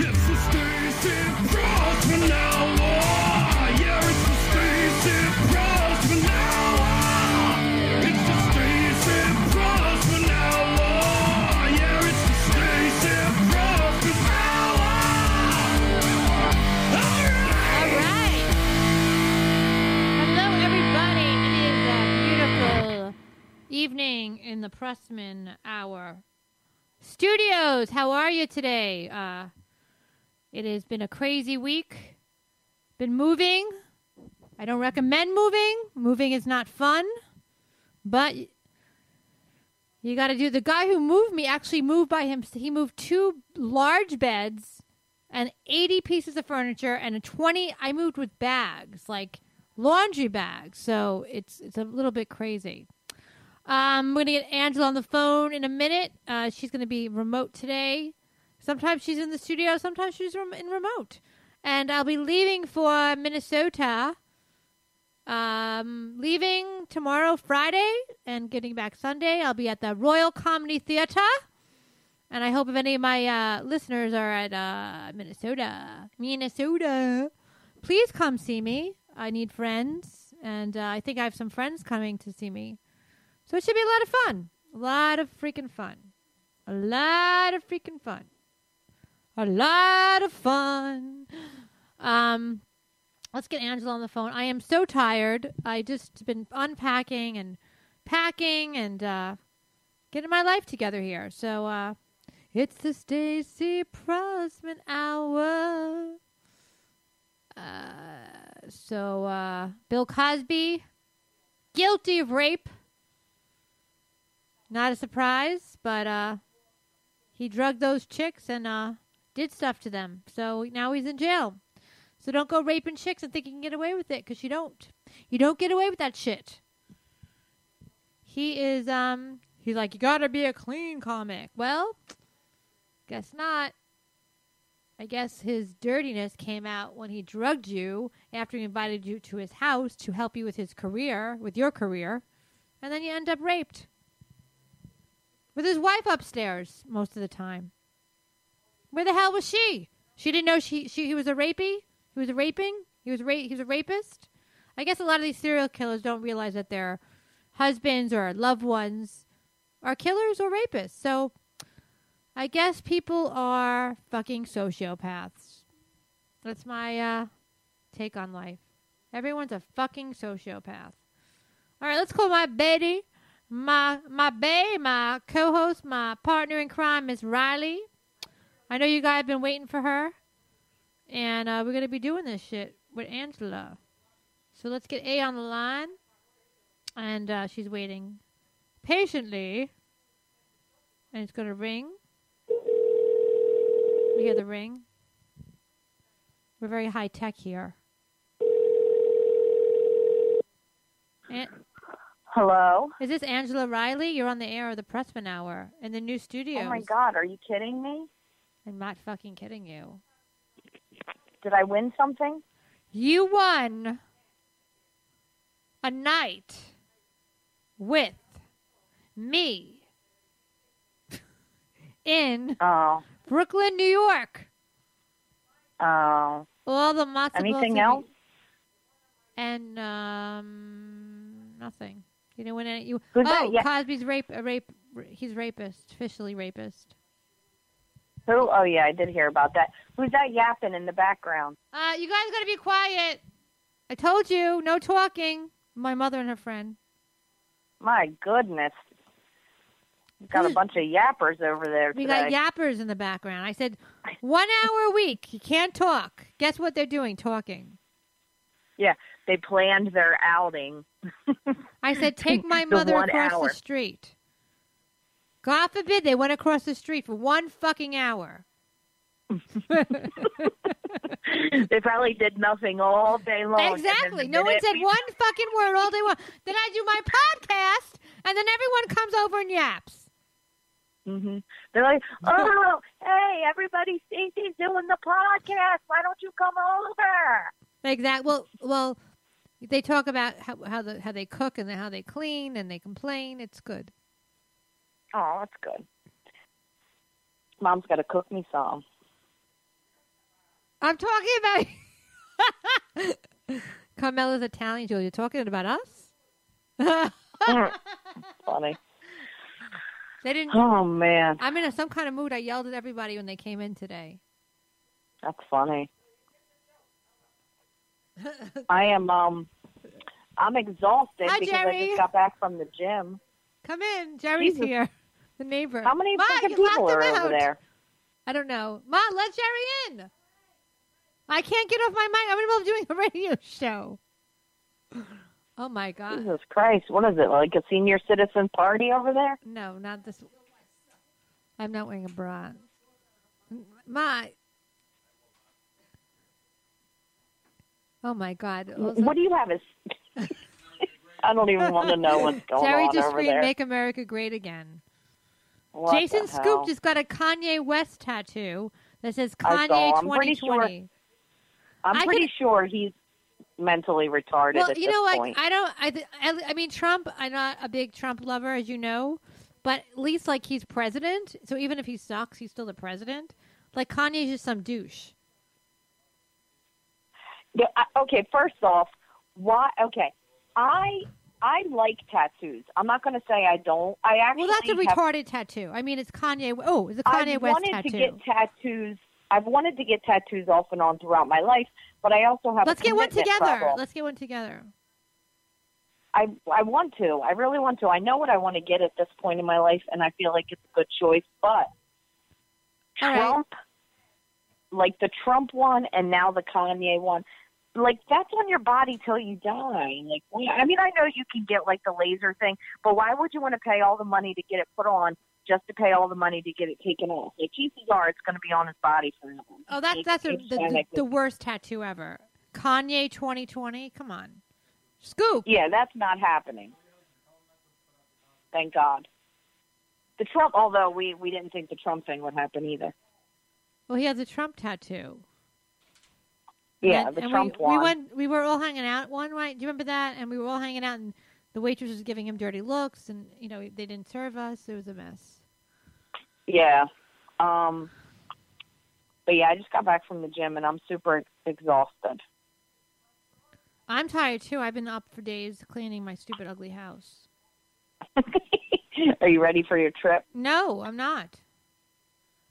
It's the Stacey Brosnan Hour. Yeah, it's the Stacey Brosnan Hour. It's the Stacey Brosnan Hour. Yeah, it's the Stacey Brosnan Hour. All right. All right. Hello, everybody. It is a beautiful evening in the Pressman Hour Studios. How are you today? Uh, it has been a crazy week. Been moving. I don't recommend moving. Moving is not fun, but you got to do. The guy who moved me actually moved by him. He moved two large beds and 80 pieces of furniture and a 20 i moved with bags like laundry bags so it's it's a little bit crazy um, we're gonna get angela on the phone in a minute uh, she's gonna be remote today sometimes she's in the studio sometimes she's rem- in remote and i'll be leaving for minnesota um, leaving tomorrow friday and getting back sunday i'll be at the royal comedy theater and I hope if any of my uh, listeners are at uh, Minnesota, Minnesota, please come see me. I need friends, and uh, I think I have some friends coming to see me. So it should be a lot of fun. A lot of freaking fun. A lot of freaking fun. A lot of fun. Um, let's get Angela on the phone. I am so tired. I just been unpacking and packing and uh, getting my life together here. So uh, it's the Stacy Prosman hour. Uh, so uh, Bill Cosby, guilty of rape. Not a surprise, but uh, he drugged those chicks and uh, did stuff to them. So now he's in jail. So don't go raping chicks and think you can get away with it, because you don't. You don't get away with that shit he is um he's like you gotta be a clean comic well guess not i guess his dirtiness came out when he drugged you after he invited you to his house to help you with his career with your career and then you end up raped with his wife upstairs most of the time where the hell was she she didn't know she, she he was a rapey he was a raping he was ra- he was a rapist i guess a lot of these serial killers don't realize that they're husbands or loved ones are killers or rapists. So I guess people are fucking sociopaths. That's my uh, take on life. Everyone's a fucking sociopath. All right, let's call my Betty, my my bae, my co-host, my partner in crime, Miss Riley. I know you guys have been waiting for her, and uh, we're gonna be doing this shit with Angela. So let's get A on the line and uh, she's waiting patiently. And it's gonna ring. You hear the ring? We're very high tech here. An- Hello? is this Angela Riley? You're on the air of the Pressman Hour in the new studio. Oh my god, are you kidding me? I'm not fucking kidding you. Did I win something? You won a night with me in Oh, Brooklyn, New York. oh. All the matzo Anything balls else? and um nothing. You know when it, you Who's that? oh Yeah. Cosby's rape a rape he's rapist officially rapist. Who? Oh yeah, I did hear about that. Who's that yapping in the background? Uh, you guys gotta be quiet. I told you no talking. My mother and her friend. My goodness. You've got a Who's- bunch of yappers over there We today. got yappers in the background. I said one hour a week. You can't talk. Guess what they're doing? Talking. they planned their outing. I said, take my The mother one across hour. the street. God forbid they went across the street for one fucking hour. they probably did nothing all day long. and then exactly. the No one minute said we- one fucking word all day long. Then I do my podcast, and then everyone comes over and yaps. Mhm. They're like, oh, hey, everybody, Stacy's doing the podcast. Why don't you come over? Exact. Well, well, They talk about how how, the, how they cook and how they clean and they complain. It's good. Oh, that's good. Mom's got to cook me some. I'm talking about Carmela's Italian Joe. You're talking about us? Funny. they didn't. Oh man, I'm in a, some kind of mood. I yelled at everybody when they came in today. that's funny. I am um, I'm exhausted Hi, because I Jerry. just got back from the gym. Come in, Jerry's Jesus. here. The neighbor. How many Ma, fucking you people locked are him over out. there? I don't know. Ma, let Jerry in. I can't get off my mic. I'm in the middle of doing a radio show. Oh my god. Jesus Christ, what is it like a senior citizen party over there? No, not this. I'm not wearing a bra. Ma. Oh my god. Also- What do you have? Is I don't even want to know what's going Jerry on just over screamed, there. "Make America Great Again." What the Jason hell? Scoop just got a Kanye West tattoo that says Kanye I saw. I'm pretty 2020. sure- I I'm pretty could- sure he's mentally retarded Well, at you this know, like point. I don't. I, th- I I mean, Trump. I'm not a big Trump lover, as you know, but at least like he's president. So even if he sucks, he's still the president. Like Kanye's just some douche. Yeah, I- okay, first off, why? Okay, I I like tattoos. I'm not going to say I don't. I actually Well, that's a have- retarded tattoo. I mean, it's Kanye. Oh, it's a Kanye I've West wanted tattoo. to get tattoos. I've wanted to get tattoos off and on throughout my life, but I also have. Let's a get one commitment together. problem. Let's get one together. I I want to. I really want to. I know what I want to get at this point in my life, and I feel like it's a good choice. But All right. Trump, like the Trump one, and now the Kanye one, like that's on your body till you die. Like why- I mean, I know you can get like the laser thing, but why would you want to pay all the money to get it put on? Just to pay all the money to get it taken off. Like chances are, it's going to be on his body forever. Oh, that's Like, that's a, it's the, kinda the, like- the worst tattoo ever. Kanye 2020. Come on, Scoop. Yeah, that's not happening. Thank God. The Trump, although we, we didn't think the Trump thing would happen either. Well, he has a Trump tattoo. Yeah, and, the and Trump we, one. We went. We were all hanging out one night. Do you remember that? And we were all hanging out, and the waitress was giving him dirty looks, and you know they didn't serve us. It was a mess. yeah. Um, but yeah, I just got back from the gym and I'm super ex- exhausted. I'm tired too. I've been up for days cleaning my stupid, ugly house. Are you ready for your trip? No, I'm not.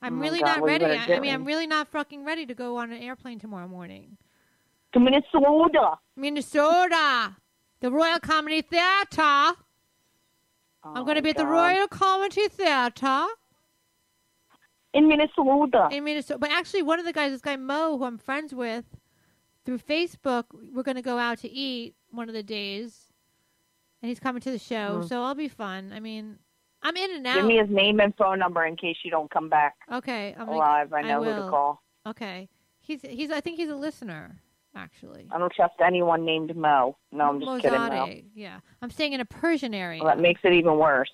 I'm Oh my really God, not what are you ready. gonna I, I do? mean, I'm really not fucking ready to go on an airplane tomorrow morning. To Minnesota. Minnesota, the Royal Comedy Theater. Oh, I'm going to be at the Royal Comedy Theater. In Minnesota. in Minnesota. But actually, one of the guys, this guy Mo, who I'm friends with through Facebook, we're going to go out to eat one of the days, and he's coming to the show, Mm. so I'll be fun. I mean, I'm in and out. Give me his name and phone number in case you don't come back okay, I'm like, alive. I I know who to will. call. okay. He's he's. I think he's a listener, actually. I don't trust anyone named Mo. Oh, No, I'm just kidding. Mo. Mozarty, Yeah, I'm staying in a Persian area. Well, that makes it even worse.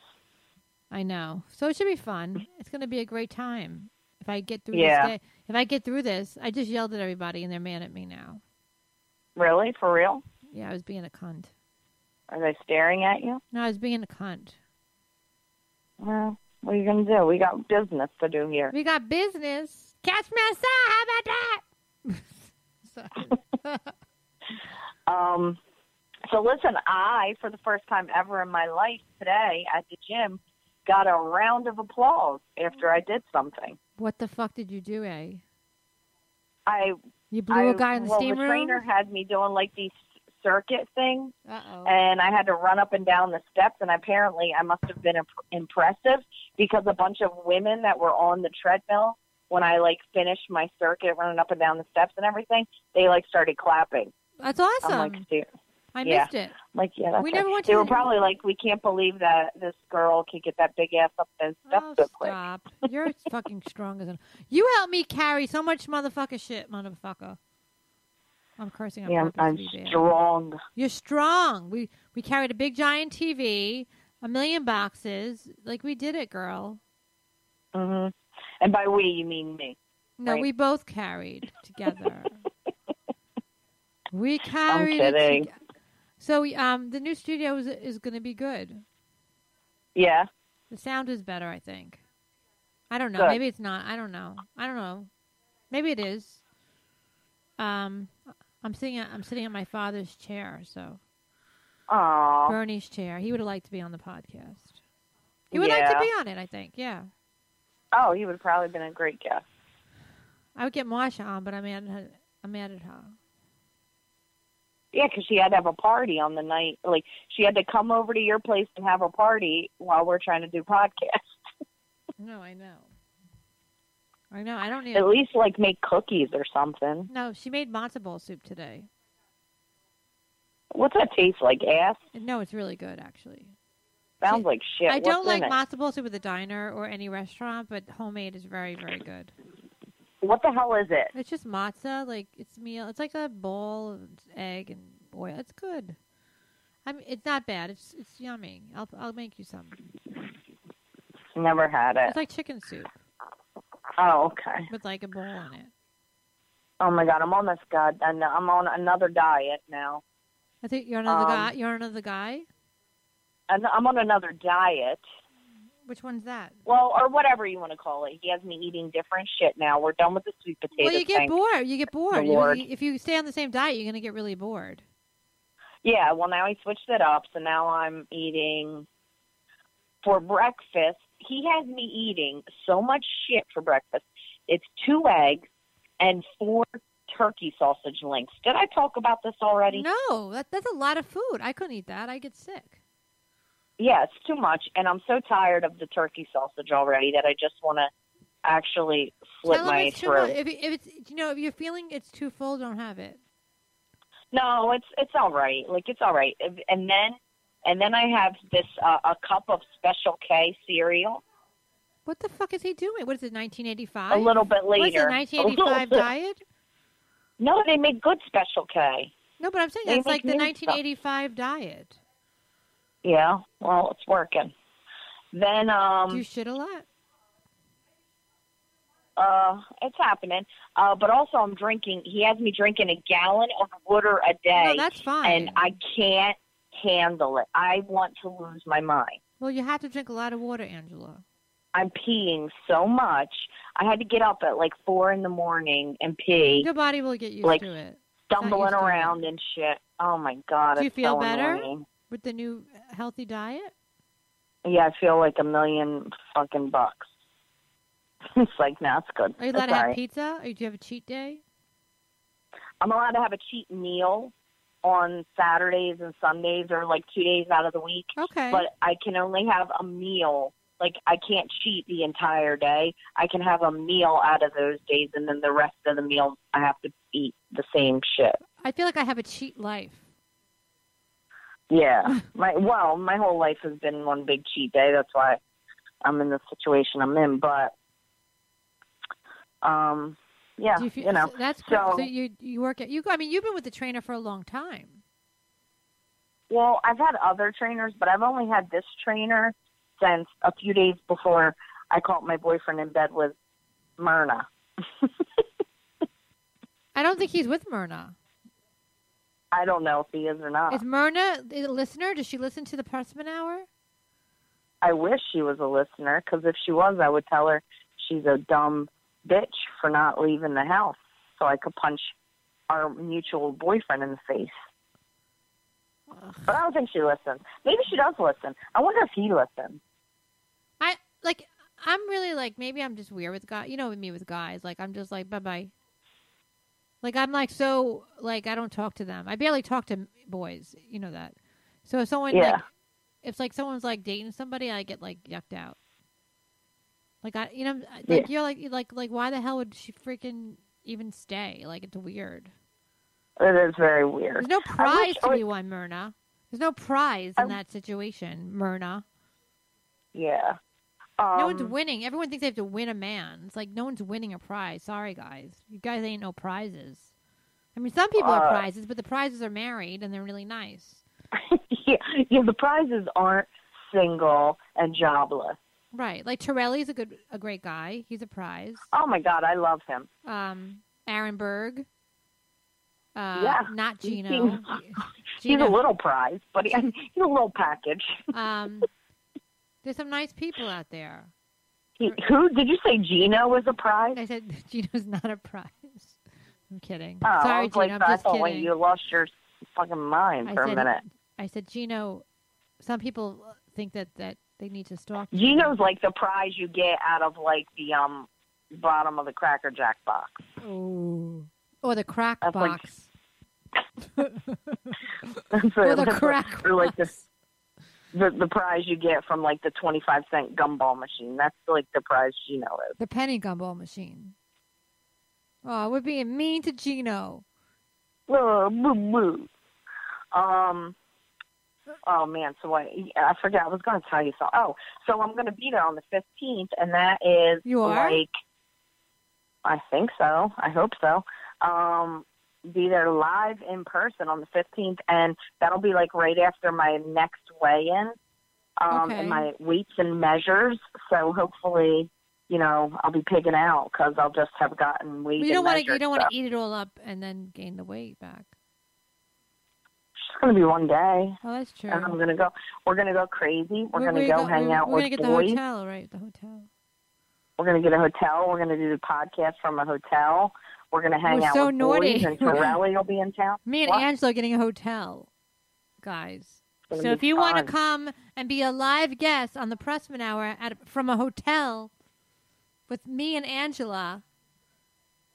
I know. So it should be fun. It's going to be a great time if I get through Yeah. this. Day. If I get through this, I just yelled at everybody and they're mad at me now. Really? For real? Yeah, I was being a cunt. Are they staring at you? No, I was being a cunt. Well, what are you going to do? We got business to do here. We got business. Catch me outside. How about that? Sorry. Um, so listen, I, for the first time ever in my life today at the gym, got a round of applause after I did something. what the fuck did you do, eh? I, You blew I a guy in the well, steam the room? trainer had me doing like these circuit things, Uh oh. and I had to run up and down the steps. And apparently, I must have been imp- impressive because a bunch of women that were on the treadmill when I like finished my circuit, running up and down the steps and everything, they like started clapping. That's I'm awesome. like, "Ser- I yeah. missed it. Like, yeah, that's We right. never went to They were the- probably like, we can't believe that this girl could get that big ass up those steps Oh, so quick. stop. You're fucking strong as an. You helped me carry so much motherfucker shit, motherfucker. I'm cursing on Yeah, I'm, purpose. I'm to be bad. strong. You're strong. We we carried a big giant TV, a million boxes. Like we did it, girl. hmm And by we, you mean me. No, right? we both carried together. we carried. kidding. It to- So um, the new studio is, is going to be good. Yeah. The sound is better, I think. I don't know. Good. Maybe it's not. I don't know. I don't know. Maybe it is. Um, I'm sitting. At, I'm sitting at my father's chair. So Aw. Bernie's chair. He would have liked to be on the podcast. He would like to Yeah. be on it. I think. Yeah. Oh, he would have probably been a great guest. I would get Marsha on, but I'm mad at her. I'm mad at her. Yeah, 'cause she had to have a party on the night. Like she had to come over to your place and have a party while we're trying to do podcasts. No, I know. I know. I don't need. At least like make cookies or something. No, she made matzo ball soup today. What's that taste like? Ass? No, it's really good actually. Sounds like shit. I don't What's in like it? matzo ball soup at the diner or any restaurant, but homemade is very, very good. What the hell is it? It's just matzah, like it's meal. It's like a bowl, of egg and oil. It's good. I mean, it's not bad. It's it's yummy. I'll I'll make you some. Never had it. It's like chicken soup Oh, okay. with like a bowl in it. Oh my god, I'm on this god. and I'm on another diet now. I think you're another Um, guy. You're another guy. And I'm on another diet. Which one's that? Well, or whatever you want to call it. He has me eating different shit now. We're done with the sweet potato Well, you get thing. bored. You get bored. You- Lord. you- if you stay on the same diet, you're gonna get really bored. Yeah, well, now he switched it up, so now I'm eating for breakfast. He has me eating so much shit for breakfast. It's two eggs and four turkey sausage links. Did I talk about this already? No, that, that's a lot of food. I couldn't eat that. I get sick. Yeah, it's too much, and I'm so tired of the turkey sausage already that I just want to actually slit Tell him my it's too much. throat. If, it- if it's you know if you're feeling it's too full, don't have it. No, it's it's all right. Like it's all right. And then and then I have this uh, a cup of Special K cereal What the fuck is he doing? What is it? 1985. a little bit What is it? later. A little 1985 bit- diet. No, they make good Special K. No, but I'm saying They that's like make the new stuff. 1985 diet. Yeah, well, it's working. Then Do you um shit a lot? uh it's happening. Uh but also I'm drinking. He has me drinking a gallon of water a day. No, that's fine. and I can't handle it. I want to lose my mind. well, you have to drink a lot of water, Angela. I'm peeing so much. I had to get up at like four in the morning and pee, Your body will get used Like- to it stumbling used to it. around and shit. Oh my god! Do you it's feel so better? annoying. with the new healthy diet. Yeah, I feel like a million fucking bucks. it's like, no, it's good. Are you It's allowed to have alright. pizza? Or do you have a cheat day? I'm allowed to have a cheat meal on Saturdays and Sundays, or like two days out of the week. Okay. but I can only have a meal. Like I can't cheat the entire day. I can have a meal out of those days, and then the rest of the meal I have to eat the same shit. I feel like I have a cheat life. Yeah, my well, my whole life has been one big cheat day. That's why I'm in the situation I'm in. But um, yeah, Do you, you feel, know, so that's cool. So, so- you you work at you. I mean, you've been with the trainer for a long time. Well, I've had other trainers, but I've only had this trainer since a few days before I caught my boyfriend in bed with Myrna. I don't think he's with Myrna. I don't know if he is or not. Is Myrna a listener? Does she listen to the Pressman Hour? I wish she was a listener because if she was, I would tell her she's a dumb bitch for not leaving the house so I could punch our mutual boyfriend in the face. Ugh. But I don't think she listens. Maybe she does listen. I wonder if he listens. I like. I'm really like. Maybe I'm just weird with guys. You know, with me with guys, like I'm just like bye bye. Like I'm like so like I don't talk to them. I barely talk to boys. You know that. So if someone Yeah. like, if like someone's like dating somebody, I get like yucked out. Like I, you know, like Yeah. you're like you're like like why the hell would she freaking even stay? Like it's weird. It is very weird. There's no prize to or- be won, Myrna. There's no prize I in w- that situation, Myrna. Yeah. Um, no one's winning. Everyone thinks they have to win a man. It's like no one's winning a prize. Sorry, guys. You guys ain't no prizes. I mean, some people are Uh, prizes, but the prizes are married and they're really nice. yeah, yeah, the prizes aren't single and jobless. Right. Like Torelli's a good, a great guy. He's a prize. Oh my God, I love him. Um, Aaron Berg. Uh, Yeah. Not He Gino. seems- He's Gina. a little prize, but he, he's a little package. Um, there's some nice people out there. He, who did you say Gina was a prize? I said Gino's not a prize. I'm kidding. Oh, I Sorry, was like, Gino. I I'm just thought kidding. like, you lost your fucking mind I for said- a minute. I said, Gino. Some people think that that they need to stalk. you. Gino's like the prize you get out of like the um bottom of the Cracker Jack box. Oh. Or the crack That's like- box. So or the that's crack or like the, box. the the prize you get from like the twenty five cent gumball machine. That's like the prize Gino is. The penny gumball machine. Oh, we're being mean to Gino. Whoa, woo, woo. Um. Oh man, so I I forgot I was going to tell you so. Oh, so I'm going to be there on the fifteenth, and that is You are? like I think so. I hope so. Um, be there live in person on the fifteenth, and that'll be like right after my next weigh-in um, Okay. and my weights and measures. So hopefully, you know, I'll be pigging out because I'll just have gotten weight. You don't want want to. You don't want to eat it all up and then gain the weight back. It's just going to be one day. Oh, that's true. and I'm gonna go. We're gonna go crazy. Um, We're Where- gonna where you go hang we're, out We're with gonna get boys. the hotel, right? The hotel. We're gonna get a hotel. We're gonna do the podcast from a hotel. We're gonna hang We're out so with naughty. boys. And Torelli will be in town. Me and What? Angela are getting a hotel, guys. It's gonna So be if you want to fun. come and be a live guest on the Pressman Hour at from a hotel with me and Angela,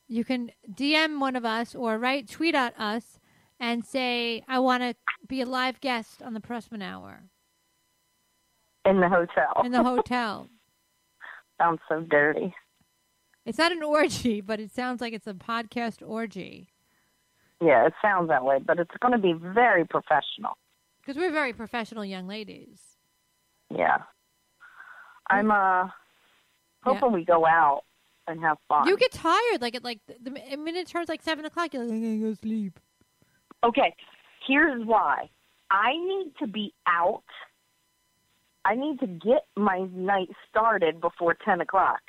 you can DM one of us or write tweet at us and say I want to be a live guest on the Pressman Hour in the hotel, in the hotel. sounds so dirty. It's not an orgy, but it sounds like it's a podcast orgy Yeah, it sounds that way, but it's gonna be very professional. because we're very professional young ladies. Yeah, I'm uh hoping we go out and have fun. You get tired like at like the, the minute it turns like seven o'clock. You're like I'm gonna go sleep. Okay, here's why. I need to be out. I need to get my night started before 10 o'clock.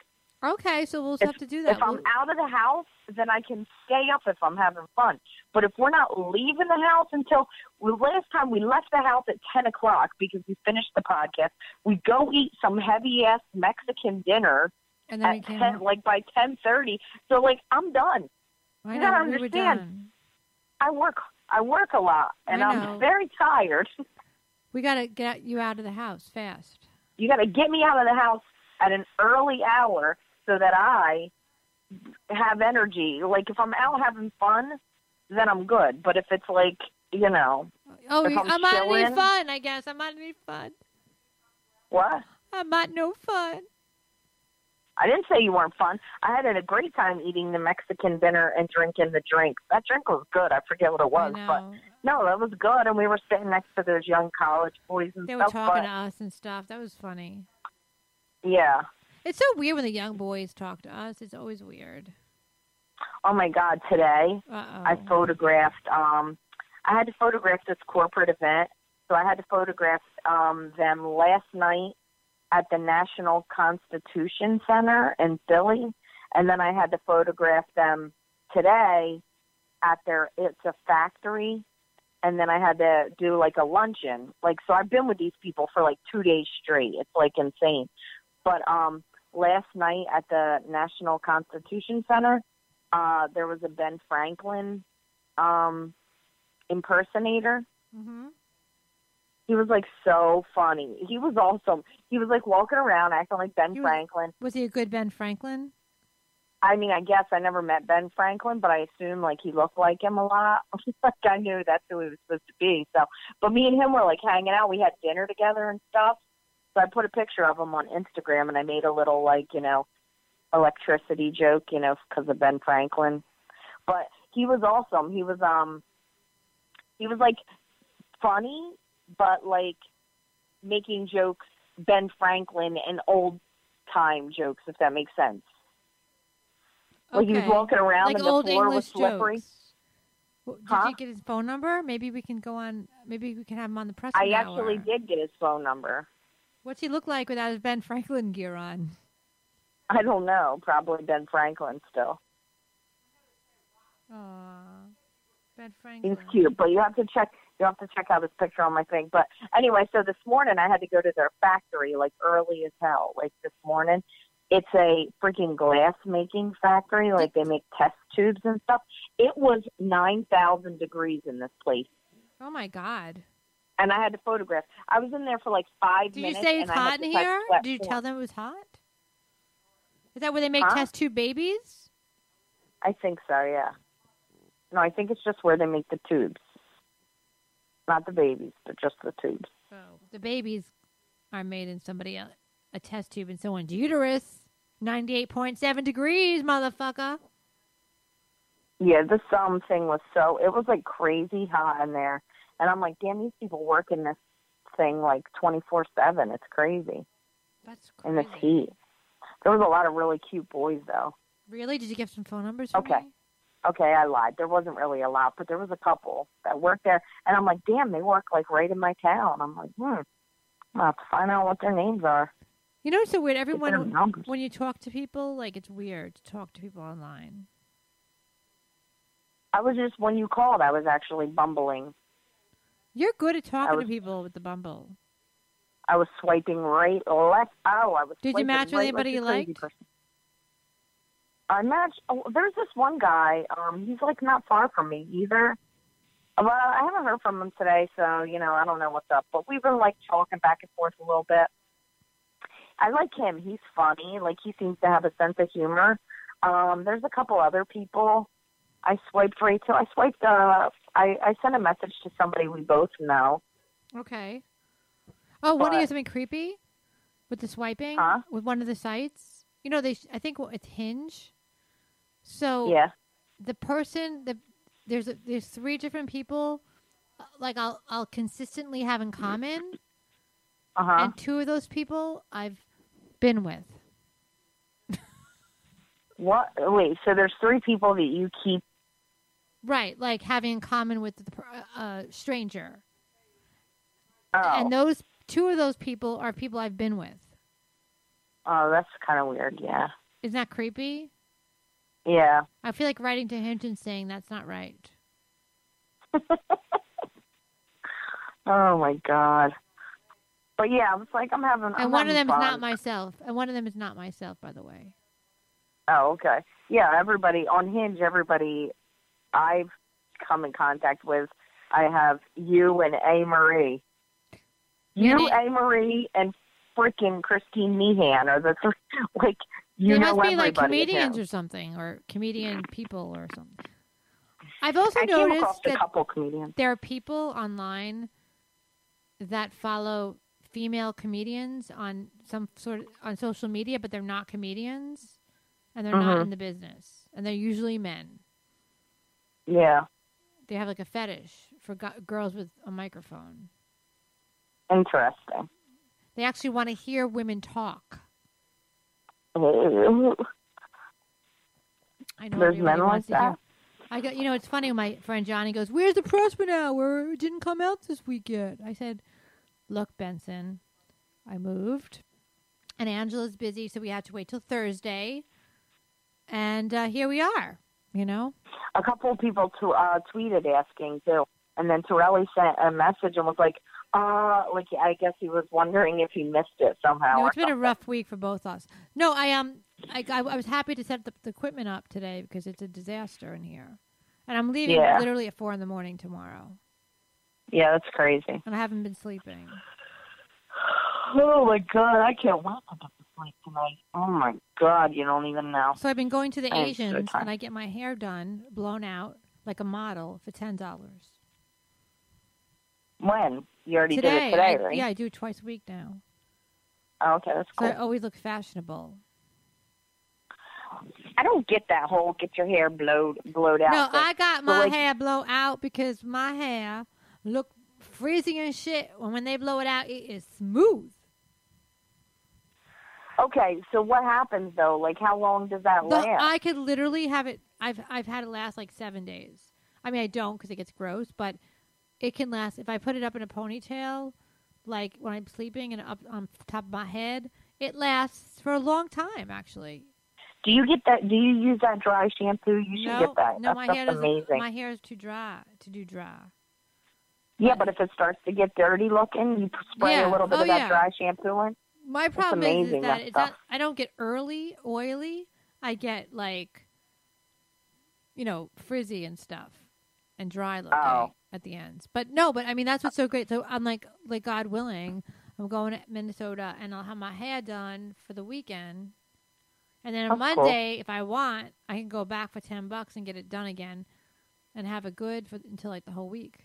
Okay, so we'll just have to do that. If I'm We'll- out of the house, then I can stay up if I'm having fun. But if we're not leaving the house until well, last time we left the house at 10 o'clock because we finished the podcast, we go eat some heavy ass Mexican dinner and then we at came. 10, like by 10:30. So like I'm done. I you know gotta we were understand. done. I work I work a lot and I know. I'm very tired. We gotta get you out of the house fast. You got to get me out of the house at an early hour so that I have energy. Like if I'm out having fun, then I'm good. But if it's like you know Oh, If you- I'm I'm not any chilling- fun. I guess I'm not any fun. what, I'm not no fun. I didn't say you weren't fun. I had a great time eating the Mexican dinner and drinking the drink. That drink was good. I forget what it was, I know. but no, that was good. And we were sitting next to those young college boys and they were stuff. talking but- to us and stuff. That was funny. yeah. It's so weird when the young boys talk to us. It's always weird. Oh my God, today Uh I oh. photographed. Um, I had to photograph this corporate event, so I had to photograph um, them last night at the National Constitution Center in Philly, and then I had to photograph them today at their it's a factory, and then I had to do like a luncheon. Like so, I've been with these people for like two days straight. It's like insane, but um. Last night at the National Constitution Center, uh, there was a Ben Franklin um, impersonator. Mm-hmm. He was like so funny. He was awesome. He was like walking around acting like Ben He was- Franklin. Was he a good Ben Franklin? I mean, I guess I never met Ben Franklin, but I assume like he looked like him a lot. like I knew that's who he was supposed to be. So, but me and him were like hanging out. We had dinner together and stuff. So I put a picture of him on Instagram and I made a little like you know electricity joke, you know, because of Ben Franklin. But he was awesome. He was um he was like funny, but like making jokes Ben Franklin and old time jokes, if that makes sense. Like he was Okay. walking around like and the old floor English was slippery. jokes. Well, Did Huh? you get his phone number? Maybe we can go on. Maybe we can have him on the press. I room actually hour. did get his phone number. What's he look like without his Ben Franklin gear on? I don't know, probably Ben Franklin still. Aw, Ben He Franklin. Mm. was cute, but you have to check. You'll have to check out this picture on my thing. But anyway, so this morning I had to go to their factory like early as hell. Like this morning, it's a freaking glass making factory. Like they make test tubes and stuff. It was nine thousand degrees in this place, Oh my God. and I had to photograph. I was in there for like five Did you minutes. say it's and I had hot in to touch here? sweat Did you form. tell them it was hot? Is that where they make Huh? test tube babies? I think so, yeah. No, I think it's just where they make the tubes. Not the babies, but just the tubes. Oh. The babies are made in somebody else, a test tube in someone's uterus. 98.7 degrees, motherfucker. Yeah, this um thing was so it was like crazy hot in there. And I'm like, damn, these people work in this thing like twenty four seven. It's crazy. That's In crazy. this heat. There was a lot of really cute boys though. Really? Did you give some phone numbers? for Okay. me? Okay, I lied. There wasn't really a lot, but there was a couple that worked there and I'm like, damn, they work like right in my town. I'm like, hmm. I'll have to find out what their names are. You know, it's so weird. Get Everyone, their numbers. when you talk to people, like it's weird to talk to people online. I was just when you called, I was actually bumbling. You're good at talking was- to people with the Bumble. I was swiping right, left. Oh, I was. Did you swiping match with right anybody like you a liked? crazy person. I matched. Oh, there's this one guy. Um, he's like not far from me either. Well, I haven't heard from him today, so you know I don't know what's up. But we've been like talking back and forth a little bit. I like him. He's funny. Like he seems to have a sense of humor. Um, there's a couple other people. I swiped right to. I swiped. Uh, I I sent a message to somebody we both know. Okay. Oh, want to But- hear something creepy? With the swiping? Huh? With one of the sites? You know, they. I think it's Hinge. So Yeah. the person the there's a, there's three different people uh, like I'll I'll consistently have in common Uh huh. and two of those people I've been with. What? Wait. So there's three people that you keep. Right, like having in common with the per- uh, stranger. Oh, And those two of those people are people I've been with. oh, that's kind of weird. Yeah. Isn't that creepy? Yeah. I feel like writing to Hinge and saying that's not right. Oh my god. But yeah, I was like, I'm having. I'm and one of them having is not fun. myself. And one of them is not myself, by the way. Oh, okay. Yeah, everybody on Hinge, everybody I've come in contact with, I have you and A Marie. Yeah, You, they- A Marie, and freaking Christine Meehan are the three. Like you they know must be like everybody at comedians Hinge. or something, or comedian people or something. I've also I came across noticed a that couple comedians. there are people online that follow female comedians on some sort of, on social media, but they're not comedians and they're not Mhm. in the business, and they're usually men. Yeah, They have like a fetish for go- girls with a microphone. interesting. They actually want to hear women talk. I know There's everybody men wants like to hear- I got you know it's funny when my friend Johnny goes, "Where's the Pressman Hour? It didn't come out this week yet." I said, "Look, Benson, I moved, and Angela's busy, so we had to wait till Thursday, and uh, here we are." You know, a couple of people to uh, tweeted asking too, and then Torelli sent a message and was like, "Uh, like I guess he was wondering if he missed it somehow." no, or it's been a something. rough week for both us. No, I um, I, I, I was happy to set the, the equipment up today because it's a disaster in here, and I'm leaving Yeah. literally at four in the morning tomorrow, yeah, that's crazy. and I haven't been sleeping. Oh my god, I can't wait to get to sleep tonight. Oh my god, you don't even know. So I've been going to the I am so Asians tired. and I get my hair done, blown out like a model for ten dollars. When you already did it I, today, right? yeah, I do it twice a week now, Oh, okay, that's so cool. I always look fashionable. I don't get that whole get your hair blowed blowed out. no, thing. I got But, my like- hair blow out because my hair look freezing and shit. And when they blow it out, it is smooth. Okay, so what happens though? Like, how long does that The- last? I could literally have it. I've I've had it last like seven days. I mean, I don't because it gets gross, but it can last. If I put it up in a ponytail, like when I'm sleeping and up on top of my head, it lasts for a long time. Actually, do you get that? Do you use that dry shampoo? You no, should get that. no, that my stuff's hair doesn't. amazing. My hair is too dry to do dry. Yeah, but if it starts to get dirty looking, you spray Yeah. a little bit Oh, of that yeah. dry shampoo in. My problem is, is amazing, that that it's not, stuff. I don't get early oily. I get like, you know, frizzy and stuff, and dry looking Oh. at the ends. But no, but I mean that's what's so great. So I'm like, like God willing, I'm going to Minnesota and I'll have my hair done for the weekend, and then on That's cool. Monday, if I want, I can go back for ten bucks and get it done again, and have it good for until like the whole week.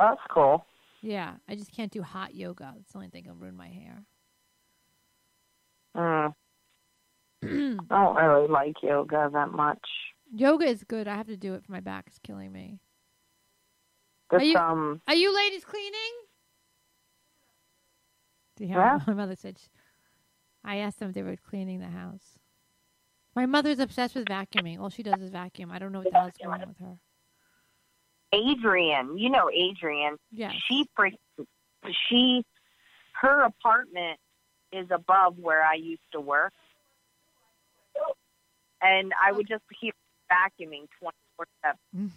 Oh, that's cool. Yeah, I just can't do hot yoga. That's the only thing that'll ruin my hair. Mm. I don't really like yoga that much. Yoga is good. I have to do it for my back. It's killing me. Are This you- um, Are you ladies cleaning? Do you hear Yeah. my mother said? She, I asked them if they were cleaning the house. My mother's obsessed with vacuuming. All she does is vacuum. I don't know what the hell's going on with her. Adrian, you know Adrian. Yes. She freak. She, her apartment is above where I used to work, and I would just keep vacuuming twenty four seven.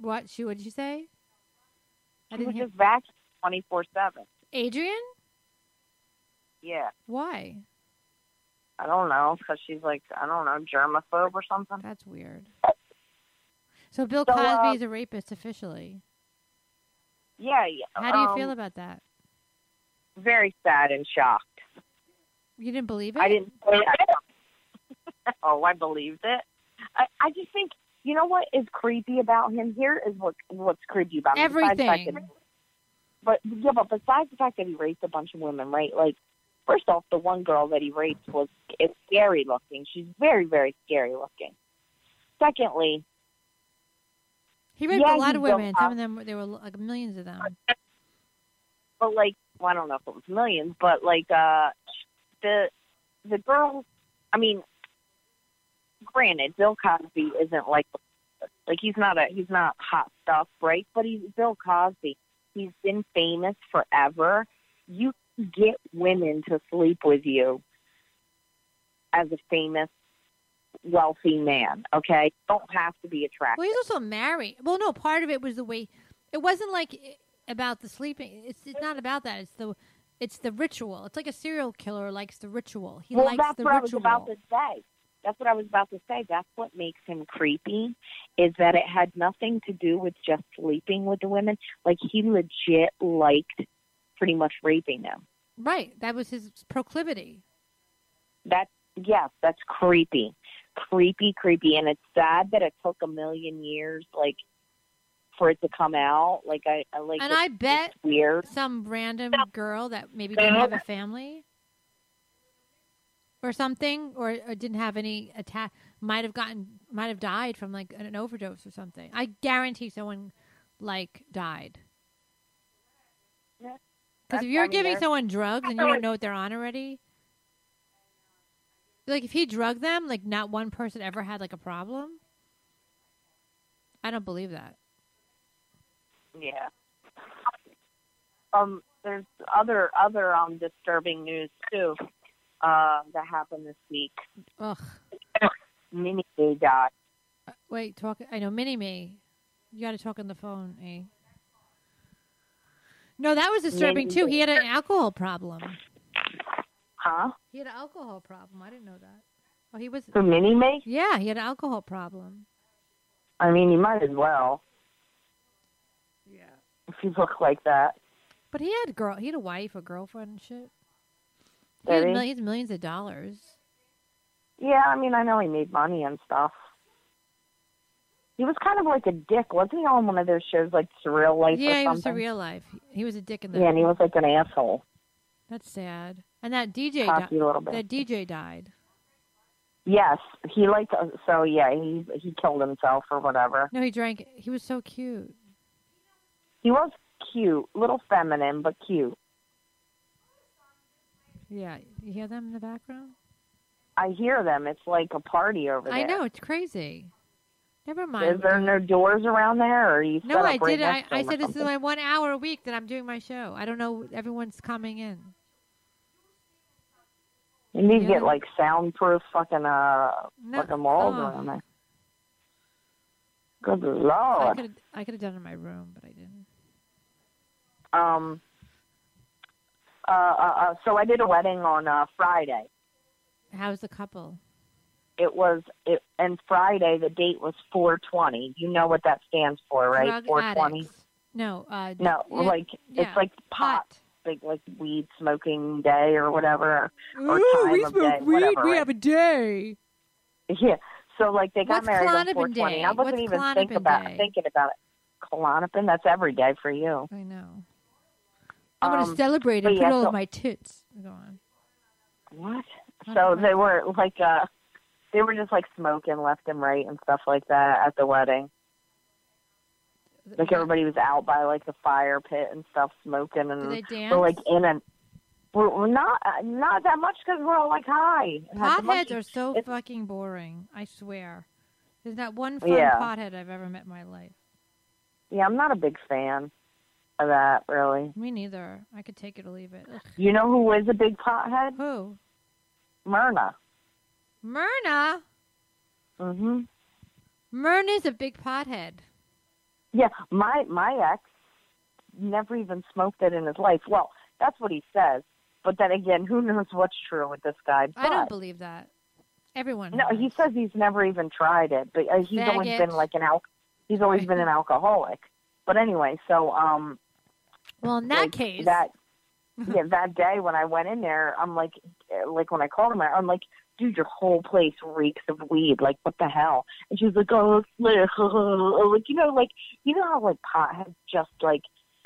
What? She? What did you say? I She didn't would hear. just vacuum twenty four seven. Adrian? Yeah, Why? I don't know because she's like I don't know germaphobe or something. That's weird. So Bill So, Cosby uh, is a rapist officially. Yeah, yeah. How do you um, feel about that? Very sad and shocked. You didn't believe it? I didn't. Say that. oh, I believed it. I, I just think you know what is creepy about him. Here is what what's creepy about him. besides the fact that- Everything. but yeah, but besides the fact that he raped a bunch of women, right? Like, first off, the one girl that he raped was is scary looking. She's very very scary looking. Secondly, He raped a Yeah, lot he of built women. Some of them, were- there were like millions of them. but like well, I don't know if it was millions, but like uh the the girl I mean granted Bill Cosby isn't like like he's not a he's not hot stuff, right? But he's Bill Cosby. He's been famous forever. You can get women to sleep with you as a famous wealthy man, okay? Don't have to be attractive. Well, he's also married. Well, no, part of it was the way. It wasn't like i- about the sleeping. It's it's not about that. It's the it's the ritual. It's like a serial killer likes the ritual. He well, likes that's the what I was ritual. about to say. That's what I was about to say. That's what makes him creepy, is that it had nothing to do with just sleeping with the women. Like he legit liked pretty much raping them. Right. That was his proclivity. That's yes, that's creepy, creepy, creepy, and it's sad that it took a million years, like, for it to come out. Like I, I like. and it's- I bet it's weird. some random girl that maybe didn't have a family or something, or, or didn't have any attack, might have gotten, might have died from like an overdose or something. I guarantee someone like died. Yeah. Because That's if you're funny, giving there- someone drugs and you don't know what they're on already, like if he drugged them, like not one person ever had like a problem. I don't believe that. Yeah. Um, there's other other um disturbing news too, uh, that happened this week. Ugh. Mini Gay died. Uh, Wait, talk. I know, mini me. You got to talk on the phone, eh? No, that was disturbing Mini too. He had an alcohol problem. Huh? He had an alcohol problem. I didn't know that. Oh, he was. Who mini me? Yeah, he had an alcohol problem. I mean you might as well Yeah. if you look like that. But he had girl. He had a wife, a girlfriend, and shit. He Did had he? millions, millions of dollars. Yeah, I mean I know he made money and stuff. He was kind of like a dick, wasn't he on one of those shows like Surreal Life yeah, he or was a something? real life. He, he was a dick in the. yeah, and he was like an asshole. That's sad. And that DJ. Cocky Di- little bit. that DJ died. Yes. He like so yeah, he he killed himself or whatever. No, he drank. He was so cute. He was cute, little feminine, but cute. Yeah, you hear them in the background. I hear them. It's like a party over there. I know it's crazy. Never mind. Is there no doors around there, or are you no, set I up right did. I, next to I them or said this is something? my one hour a week that I'm doing my show. I don't know. Everyone's coming in. You need to Yeah. get like soundproof fucking uh No, fucking walls oh. around there. Good I lord. could I could have done it in my room, but I didn't. um, uh, uh, uh, so I did a wedding on uh, Friday. How's the couple? It was it, and Friday the date was 420. You know what that stands for, right? Drug 420. addicts. No, uh, No, yeah, like yeah, it's like pot, pot. like like weed smoking day or whatever. or Ooh, time we of smoke day, weed. whatever, we right? have a day. Yeah. So like they got What's married on Klonopin 420. day? I wasn't What's even Klonopin think about day? thinking about it. Klonopin, that's every day for you. I know. I'm gonna Um, celebrate but and yeah, put all so- of my tits. Go on. What? I So don't know. they were like uh they were just like smoking left and right and stuff like that at the wedding. Like everybody was out by like the fire pit and stuff smoking Do and they dance? we're like in a we're, we're not uh, not that much because we're all like high. And had the Potheads munchies. are so it's- fucking boring. I swear. There's not one fun Yeah. pothead I've ever met in my life. Yeah, I'm not a big fan of that really. Me neither. I could take it or leave it. Ugh. You know who is a big pothead? Who? Myrna. Myrna. hmm Myrna's a big pothead. Yeah, my my ex never even smoked it in his life. Well, that's what he says. But then again, who knows what's true with this guy? I don't But- believe that. Everyone. No, has. he says he's never even tried it, but uh, he's always Faggot. been like an al- He's always been an alcoholic. But anyway, so um, Well, in that like, case, that yeah, that day when I went in there, I'm like, uh, like when I called him, I'm like, dude, your whole place reeks of weed. Like, what the hell? And she was like, oh, it's lit. like you know, like you know how like potheads just like,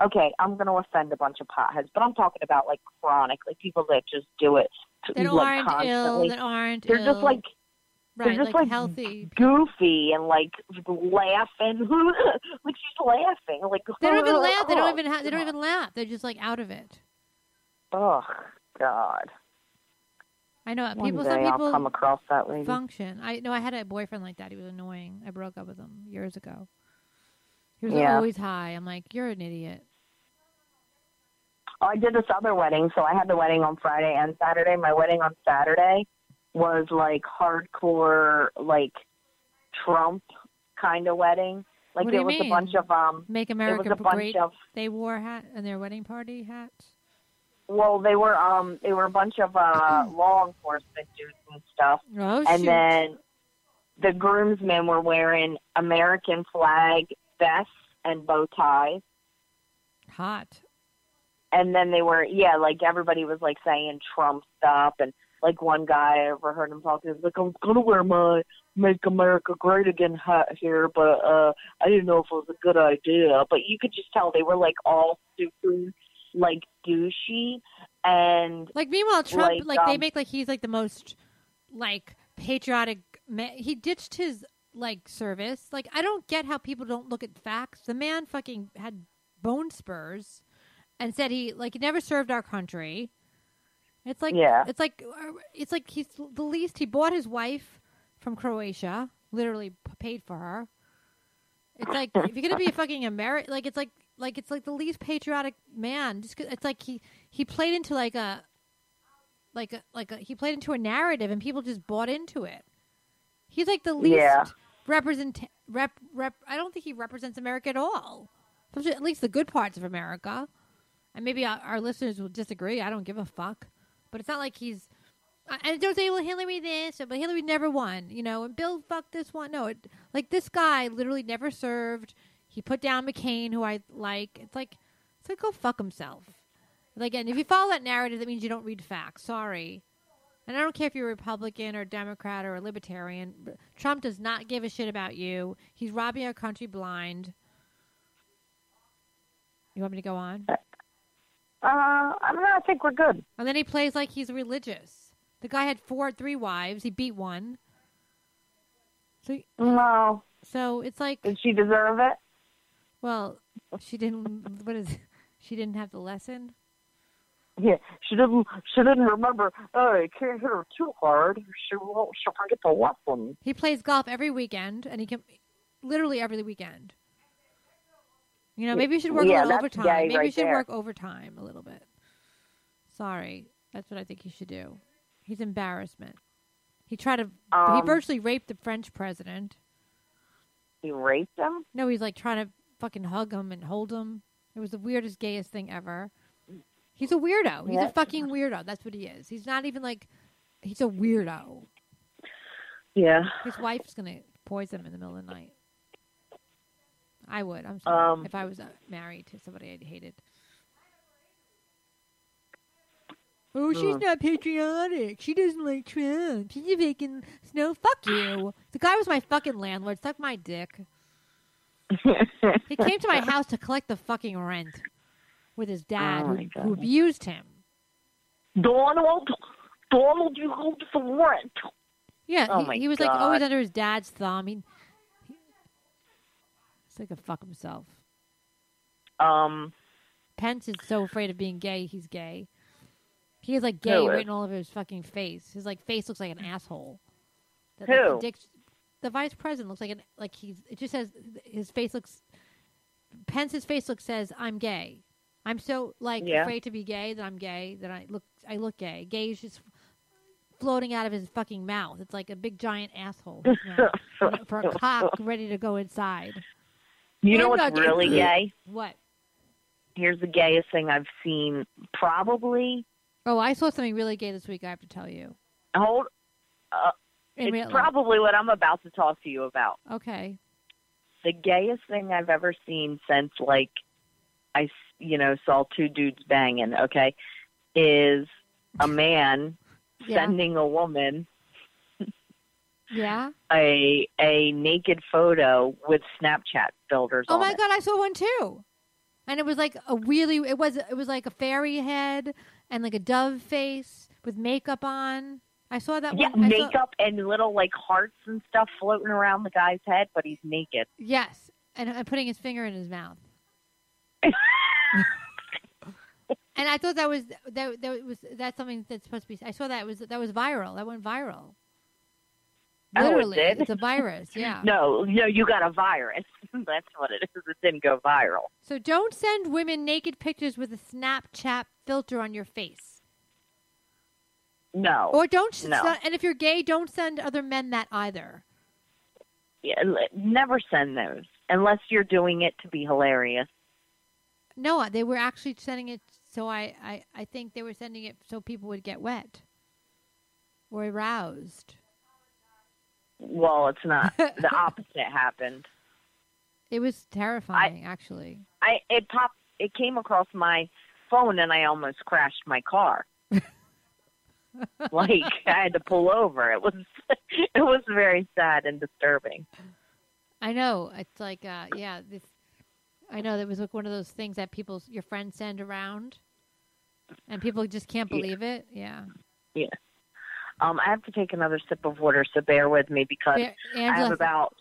okay, I'm gonna offend a bunch of potheads, but I'm talking about like chronic, like people that just do it that like aren't ill, constantly. that aren't They're ill. just like right, just like- healthy. goofy and like laughing, like she's laughing, like They don't even laugh. They don't even. Ha- they don't even laugh. They're just like out of it. Oh God! I know One Uh, people. day Some I'll come people across that lady. function. I know. I had a boyfriend like that. He was annoying. I broke up with him years ago. He was Yeah. always high. I'm like, you're an idiot. Oh, I did this other wedding, so I had the wedding on Friday and Saturday. My wedding on Saturday was like hardcore, like Trump kind of wedding. Like What do there you was mean? a bunch of um, Make there was America a bunch great. of They wore hat and their wedding party hats. well, they were um, they were a bunch of uh, law enforcement dudes and stuff. Oh and shoot! then the groomsmen were wearing American flag vests and bow ties. Hot. And then they were, yeah, like everybody was like saying Trump stuff. And like one guy I overheard him talking, he was like, I'm going to wear my Make America Great Again hat here, but uh, I didn't know if it was a good idea. But you could just tell they were like all super like douchey. And Like meanwhile, Trump like, Like, they um, make like he's like the most like patriotic. Ma- he ditched his like service. Like I don't get how people don't look at facts. The man fucking had bone spurs and said he like he never served our country. It's like Yeah. it's like uh, it's like he's the least. He bought his wife from Croatia, literally p- paid for her. It's like if you're gonna be a fucking American, like it's like like it's like the least patriotic man. Just 'cause- it's like he he played into like a like a, like a, he played into a narrative, and people just bought into it. He's like the least Yeah. represent rep rep. I don't think he represents America at all. Especially- At least the good parts of America. And maybe our, our listeners will disagree. I don't give a fuck. But it's not like he's. I- And don't say, well, Hillary this, but Hillary never won, you know, and Bill fucked this one. No, it, like this guy literally never served. He put down McCain, who I like. It's like, it's like go fuck himself. Like, and if you follow that narrative, that means you don't read facts. Sorry. And I don't care if you're a Republican or Democrat or a Libertarian. Trump does not give a shit about you. He's robbing our country blind. You want me to go on? uh, I don't know, I think we're good. And then he plays like he's religious. The guy had four, three wives. He beat one. So, No. so it's like, Did she deserve it? well, she didn't. What is? She didn't have the lesson. Yeah, she didn't. She didn't remember. Oh, you can't hit her too hard. She won't. She'll forget the lesson. He plays golf every weekend, and he can literally every weekend. You know, maybe you should work Yeah, a little that's overtime. gay Maybe you right should there. work overtime a little bit. Sorry, that's what I think he should do. He's embarrassment. He tried to. he Um, virtually raped the French president. he raped him? No, he's like trying to fucking hug him and hold him. It was the weirdest, gayest thing ever. He's a weirdo. He's Yeah. a fucking weirdo. That's what he is. He's not even like. He's a weirdo. Yeah. His wife's gonna poison him in the middle of the night. I would. I'm sorry. Um, if I was uh, married to somebody I'd hated. Oh, she's Ugh. not patriotic. She doesn't like Trump. She's a fucking snow. Fuck you. The guy was my fucking landlord. Suck my dick. He came to my house to collect the fucking rent with his dad, Oh, my who, God. who abused him. Donald, Donald, you hold the warrant. Yeah, Oh, he, my he was like always God. under his dad's thumb. He, he- he's like a fuck himself. Um, Pence is so afraid of being gay, he's gay. He has like gay Who is? written all over his fucking face. His like face looks like an asshole. That, Who? the, dick- the vice president looks like an like he's. It just says his face looks. Pence's face looks says I'm gay. I'm so like Yeah. afraid to be gay that I'm gay that I look I look gay. Gay is just floating out of his fucking mouth. It's like a big giant asshole his mouth, for a cock ready to go inside. you know I'm what's not- really gay? What? Here's the gayest thing I've seen. Probably Oh, I saw something really gay this week. I have to tell you. hold. In real it's life. probably what I'm about to talk to you about. Okay. The gayest thing I've ever seen since like I s- you know saw two dudes banging. Okay, is a man Yeah. sending a woman Yeah. a a naked photo with Snapchat filters Oh on my it. god, I saw one too. And it was like a really it was it was like a fairy head and like a dove face with makeup on. I saw that Yeah, one. I saw- makeup and little like hearts and stuff floating around the guy's head, but he's naked. yes. And, and putting his finger in his mouth. and I thought that was that that was that's something that's supposed to be I saw that was that was viral. That went viral. Oh, it Literally. did? It's a virus, yeah. No, no, you got a virus. That's what it is. It didn't go viral. So don't send women naked pictures with a Snapchat filter on your face. No. Or don't, No. s- and if you're gay, don't send other men that either. Yeah, l- never send those unless you're doing it to be hilarious. No, they were actually sending it. So I, I, I think they were sending it so people would get wet or aroused. Well, it's not. the opposite happened. It was terrifying, actually. I it popped it came across my phone and I almost crashed my car. like I had to pull over. It was it was very sad and disturbing. I know. It's like, uh, yeah, this, I know that was like one of those things that people, your friends send around, and people just can't Yeah. believe it. Yeah, Um, I have to take another sip of water, so bear with me because Bear- I have Angela, about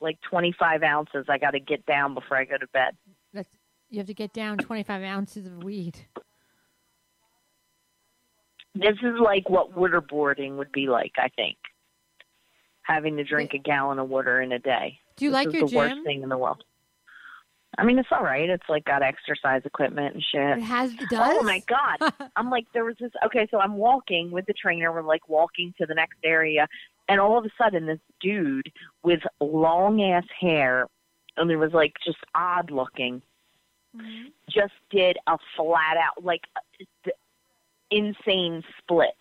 like 25 ounces I got to get down before I go to bed. that's, you have to get down 25 ounces of weed. This is like what waterboarding would be like, I think. Having to drink a gallon of water in a day. Do you This like is your the worst gym? thing in the world. I mean, it's all right. It's like got exercise equipment and It shit. has. It does. Oh my god! I'm like, there was this. Okay, so I'm walking with the trainer. We're like walking to the next area, and all of a sudden, this dude with long ass hair, and it was like just odd looking, Mhm. just did a flat out like uh, th- insane split.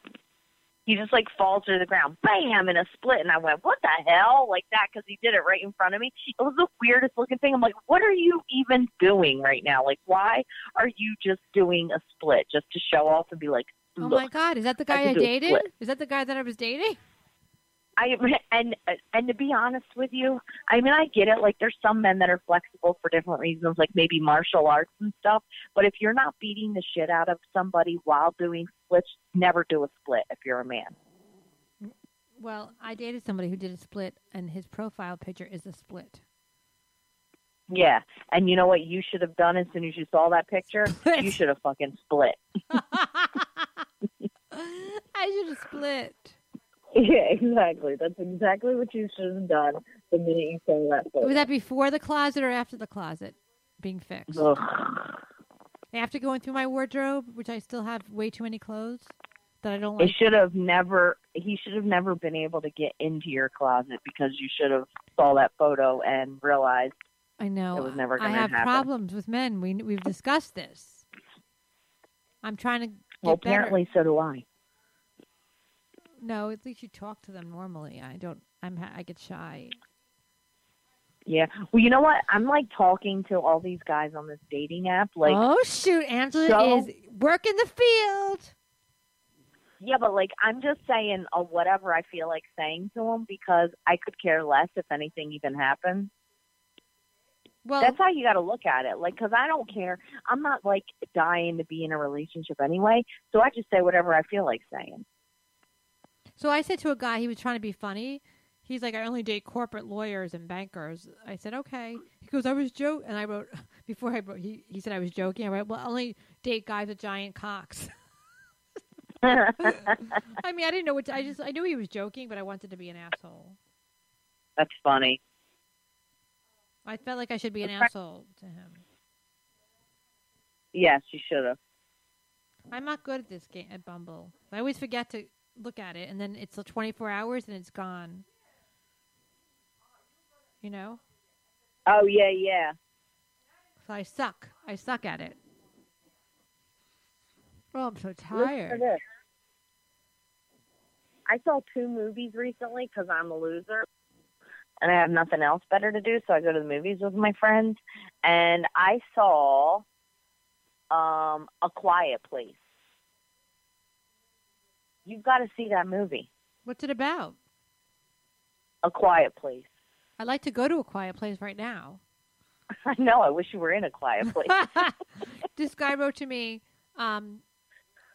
He just like falls to the ground, bam, in a split, and I went, "What the hell?" Like that because he did it right in front of me. It was the weirdest looking thing. I'm like, "What are you even doing right now? Like, why are you just doing a split just to show off and be like?" Oh Look, my God! Is that the I guy can I do a dated? split. Is that the guy that I was dating? I and and to be honest with you, I mean I get it. Like there's some men that are flexible for different reasons, like maybe martial arts and stuff. But if you're not beating the shit out of somebody while doing splits, never do a split if you're a man. Well, I dated somebody who did a split, and his profile picture is a split. Yeah, and you know what you should have done as soon as you saw that picture? Split. You should have fucking split. I should have split. Yeah, exactly. That's exactly what you should have done the minute you saw that Was that before the closet or after the closet being fixed? Ugh. After going through my wardrobe, which I still have way too many clothes that I don't It like. should have never he should have never been able to get into your closet because you should have saw that photo and realized I know. It was never I gonna have happen. problems with men. We we've discussed this. I'm trying to get well better. apparently so do I. No, at least you talk to them normally. I don't. I'm. ha- I get shy. Yeah. Well you know what? I'm like talking to all these guys on this dating app like oh shoot, Angela so- is working the field. Yeah, but like I'm just saying uh, whatever I feel like saying to him because I could care less if anything even happens. Well, That's how you got to look at it. Like, because I don't care. I'm not like dying to be in a relationship anyway, so I just say whatever I feel like saying. so I said to a guy he was trying to be funny. He's like, I only date corporate lawyers and bankers. I said, okay. He goes, I was joke, and I wrote before I wrote. He he said I was joking. I wrote, well, I only date guys with giant cocks. I mean, I didn't know what. To, I just I knew he was joking, but I wanted to be an asshole. That's funny. I felt like I should be an asshole to him. Yes, you should have. I'm not good at this game at Bumble. I always forget to look at it, and then it's the 24 hours and it's gone. You know, Oh yeah, yeah. so I suck. I suck at it. Oh, I'm so Look for tired. this. I saw two movies recently because I'm a loser, and I have nothing else better to do, so I go to the movies with my friends. And I saw um, A Quiet Place. You've got to see that movie. What's it about? A Quiet Place. I'd like to go to a quiet place right now. I know. I wish you were in a quiet place. this guy wrote to me. Um,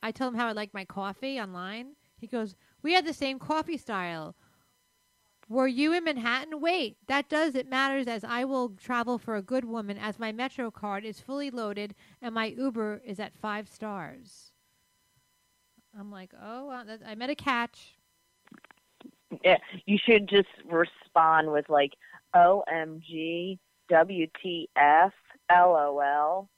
I told him how I like my coffee online. He goes, "We had the same coffee style. Were you in Manhattan? Wait, that does it matters as I will travel for a good woman as my Metro card is fully loaded and my Uber is at five stars." I'm like, oh, uh, that, I met a catch. yeah, you should just respond with like, "OMG, WTF, LOL."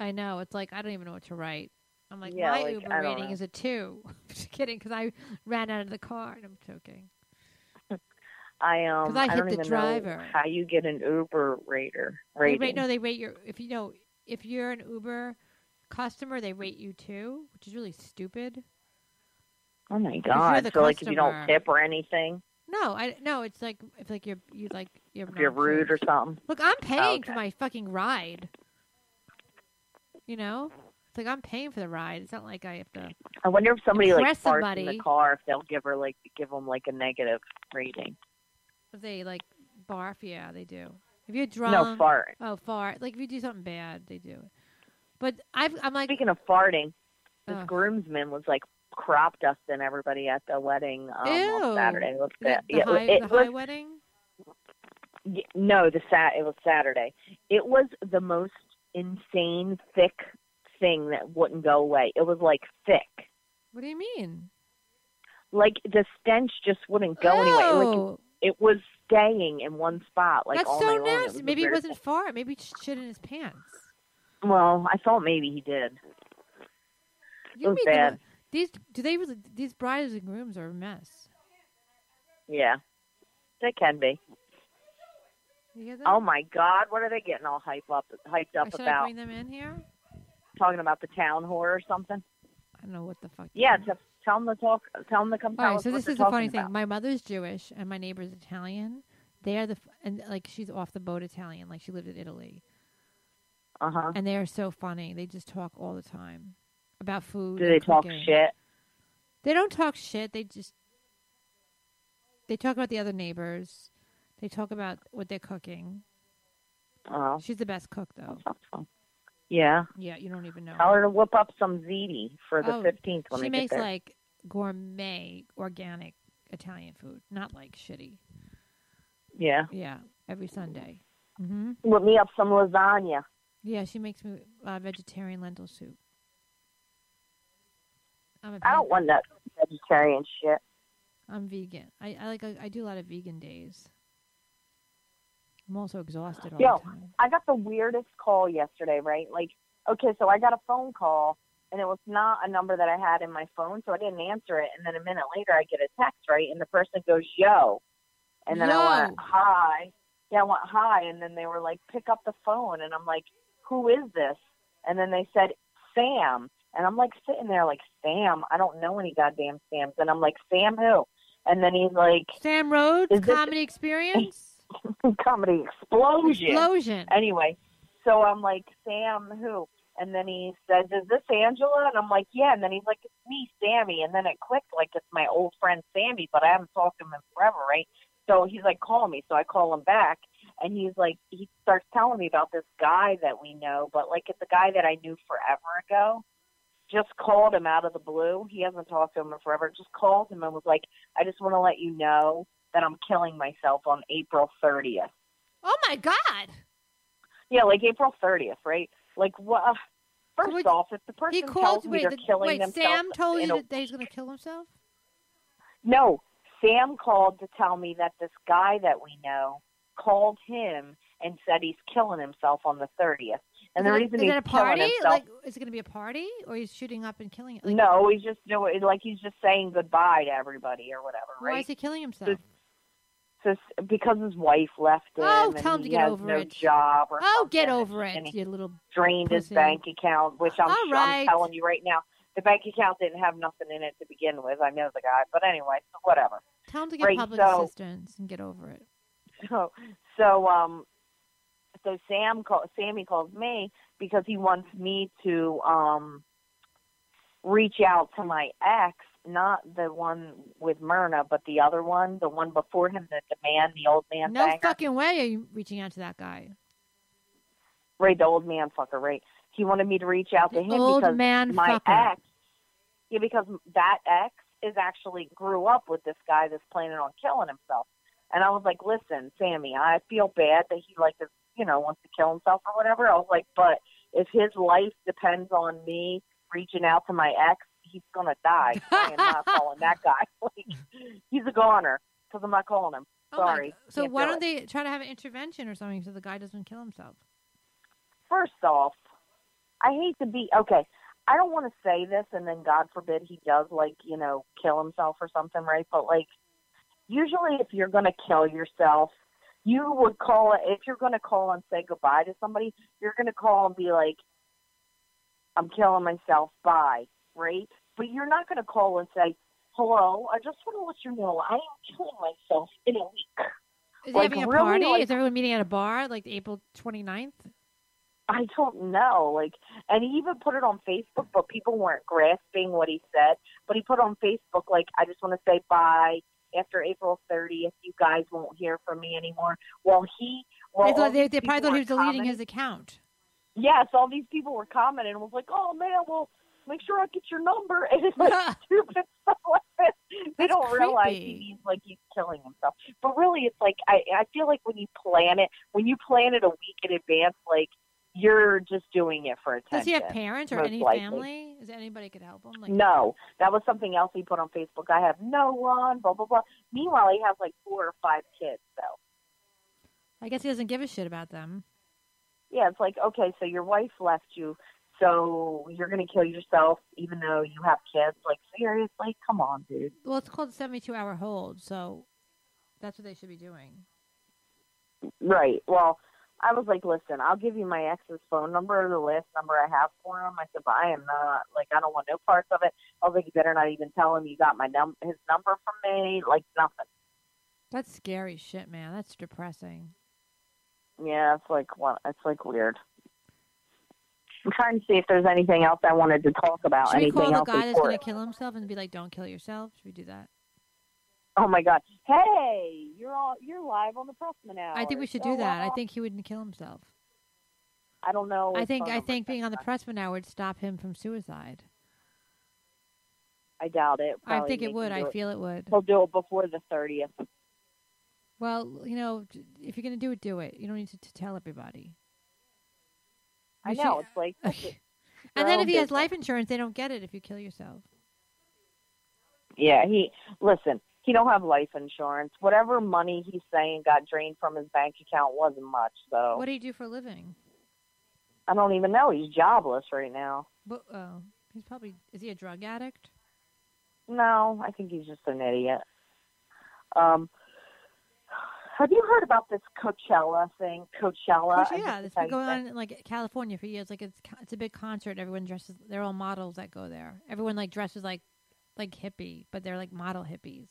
I know. It's like I don't even know what to write. I'm like, Yeah, my like, Uber I don't rating know. is a two. Just kidding, because I ran out of the card. I'm joking. I um, 'Cause I hit don't the even driver. know how you get an Uber rater rating. They rate, no, they rate your if you know if you're an Uber customer, they rate you too, which is really stupid. oh my you're god! the So like, if you customer. don't tip or anything, No, I no, it's like if like you're you like you're, if you're rude or obnoxious. something. Look, I'm paying for okay. my fucking ride. You know, it's like I'm paying for the ride. It's not like I have to. I wonder if somebody like Impress farts in somebody. the car if they'll give her like give them like a negative rating. If they like barf, yeah, they do. If you're No drunk, fart. oh fart. Like if you do something bad, they do it. But I've, I'm like, Speaking of farting, this Ugh. groomsman was like crop dusting everybody at the wedding um, Ew. on Saturday. It was, the, the yeah, it high, it the was high wedding. Y- No, the sat it was Saturday. It was the most insane thick thing that wouldn't go away. It was like thick. What do you mean? Like the stench just wouldn't go anywhere. Like Oh. it was staying in one spot like That's all so night long. It was nasty. the Maybe it weirdest wasn't far. Maybe he shit in his pants. thing. Well, I thought maybe he did. You was mean the- bad. these? Do they really? These brides and grooms are a mess. Yeah. They can be. You hear that? Oh my god, what are they getting all hype up hyped Or up Should I about? bring them in here? Talking about the town whore or something? I don't know what the fuck. Yeah, they're to, tell them to talk tell them to come All tell right, us so what this they're is the funny talking thing. My mother's Jewish and my neighbor's Italian. They are the f- and like she's off the boat Italian, like she lived in Italy, about. Uh-huh. and they are so funny. They just talk all the time about food. Do and they talk cooking. shit? They don't talk shit. They just they talk about the other neighbors. They talk about what they're cooking. Oh. She's the best cook though. Yeah. Yeah, you don't even know. Tell her to whip up some ziti for the Oh, 15th she when they get makes there. like gourmet organic Italian food, not like shitty. yeah. Yeah, every Sunday. hmm Whip me up some lasagna. Yeah, she makes me uh, vegetarian lentil soup. I'm a I don't pan- want that vegetarian shit. I'm vegan. I, I like. I do a lot of vegan days. I'm also exhausted all Yo. the time. I got the weirdest call yesterday, right? Like, okay, so I got a phone call and it was not a number that I had in my phone, so I didn't answer it. And then a minute later, I get a text, right? And the person goes, yo. And then I went, Yo. hi. Yeah, I went, hi. And then they were like, pick up the phone. And I'm like, who is this? And then they said, Sam. And I'm like sitting there like, Sam? I don't know any goddamn Sams. And I'm like, Sam who? And then he's like, Sam Rhodes Is this- comedy experience comedy explosion. explosion. Anyway, so I'm like, Sam, who? And then he says, Is this Angela? And I'm like, Yeah. And then he's like, It's me, Sammy. And then it clicked like it's my old friend Sammy, but I haven't talked to him in forever, right? So he's like, Call me. So I call him back. And he's like, He starts telling me about this guy that we know, but like it's a guy that I knew forever ago. Just called him out of the blue. He hasn't talked to him in forever. Just called him and was like, I just want to let you know that I'm killing myself on April 30th. Oh my God! Yeah, like April 30th, right? Like, what? First what- off, if the person He tells called. me Wait, they're the, killing wait. themselves, Sam told you in a- that he's going to kill himself. no, Sam called to tell me that this guy that we know called him and said he's killing himself on the 30th. And is the it, reason is he's it a killing party? himself, Like, is it going to be a party, or he's shooting up and killing? Like, no, he's just no, like he's just saying goodbye to everybody or whatever, Why right? is he killing himself? So s- because his wife left him, Oh, and tell him to he get has over no it. job or Oh, get something, over and it, he you little. drained his Pussy. bank account, which I'm, All sure- right. I'm telling you right now, the bank account didn't have nothing in it to begin with. I know the guy, but anyway, so whatever. Tell him to get Right, public so- assistance and get over it. So, so um, so Sam call, Sammy calls me because he wants me to um, reach out to my ex, not the one with Myrna, but the other one, the one before him, the, the man, the old man. No banger. fucking way are you reaching out to that guy. Right, the old man fucker, right? He wanted me to reach out to The him old because man my fucker. ex, yeah, because that ex is actually grew up with this guy that's planning on killing himself. And I was like, listen, Sammy, I feel bad that he like is, you know, wants to kill himself or whatever. I was like, but if his life depends on me reaching out to my ex, he's gonna die. I am not calling that guy. Like, he's a goner because I'm not calling him. Oh my Sorry, g- so can't why do don't they try to have an intervention or something so the guy doesn't kill himself? first off, I hate to be okay. I don't want to say this, and then God forbid he does, like you know, kill himself or something, right? But like, usually, if you're gonna kill yourself, you would call it. If you're gonna call and say goodbye to somebody, you're gonna call and be like, "I'm killing myself." Bye, right? But you're not gonna call and say, "Hello, I just want to let you know I am killing myself in a week." Is Like, he having a really, party? like- Is everyone meeting at a bar like April 29th? I don't know. Like, and he even put it on Facebook, but people weren't grasping what he said. But he put on Facebook, like, I just want to say bye after April 30th. You guys won't hear from me anymore. Well, he, well, they all thought, they, they these probably thought people he were was deleting commenting- his account. Yes, all these people were commenting and was like, oh man, well, make sure I get your number. And it's like stupid stuff like this. They That's don't realize he creepy. means like he's killing himself. But really, it's like I I feel like when you plan it, when you plan it a week in advance, like you're just doing it for attention. Does he have parents or most any likely. family? Is anybody could help him? Like, No, that was something else he put on Facebook. I have no one, blah blah blah. Meanwhile, he has like four or five kids. So I guess he doesn't give a shit about them. yeah, it's like okay, so your wife left you, so you're gonna kill yourself, even though you have kids. Like seriously, come on, dude. Well, it's called 72 hour hold, so that's what they should be doing. Right. Well, I was like, listen, I'll give you my ex's phone number, the last number I have for him. I said, but I am not like I don't want no parts of it. I was like, you better not even tell him you got my num his number from me, like nothing. That's scary shit, man. That's depressing. Yeah, it's like what it's like weird. I'm trying to see if there's anything else I wanted to talk about. Should we anything call the else guy that's before going to it. kill himself and be like, "Don't kill yourself"? Should we do that? Oh my god! Hey, you're all you're live on the Pressman now. I think we should do that. I think he wouldn't kill himself. I don't know. I his think phone I number, think being on the but press for now would stop him from suicide. I doubt it. I Probably think make it him would. do I it. feel it would. he'll do it before the thirtieth. Well, you know, j- if you're going to do it, do it. You don't need to, to tell everybody. I We should- know it's like that's it. and then own if he has business. life insurance, they don't get it if you kill yourself. Yeah, he listen. He don't have life insurance. Whatever money he's saying got drained from his bank account wasn't much, so What do you do for a living? I don't even know. He's jobless right now. But, oh, He's probably is he a drug addict? No, I think he's just an idiot. Um, have you heard about this Coachella thing? Coachella. Course, I yeah, just it's been decided going that- on in like California for years. Like it's it's a big concert. Everyone dresses. They're all models that go there. Everyone like dresses like like hippie, but they're like model hippies.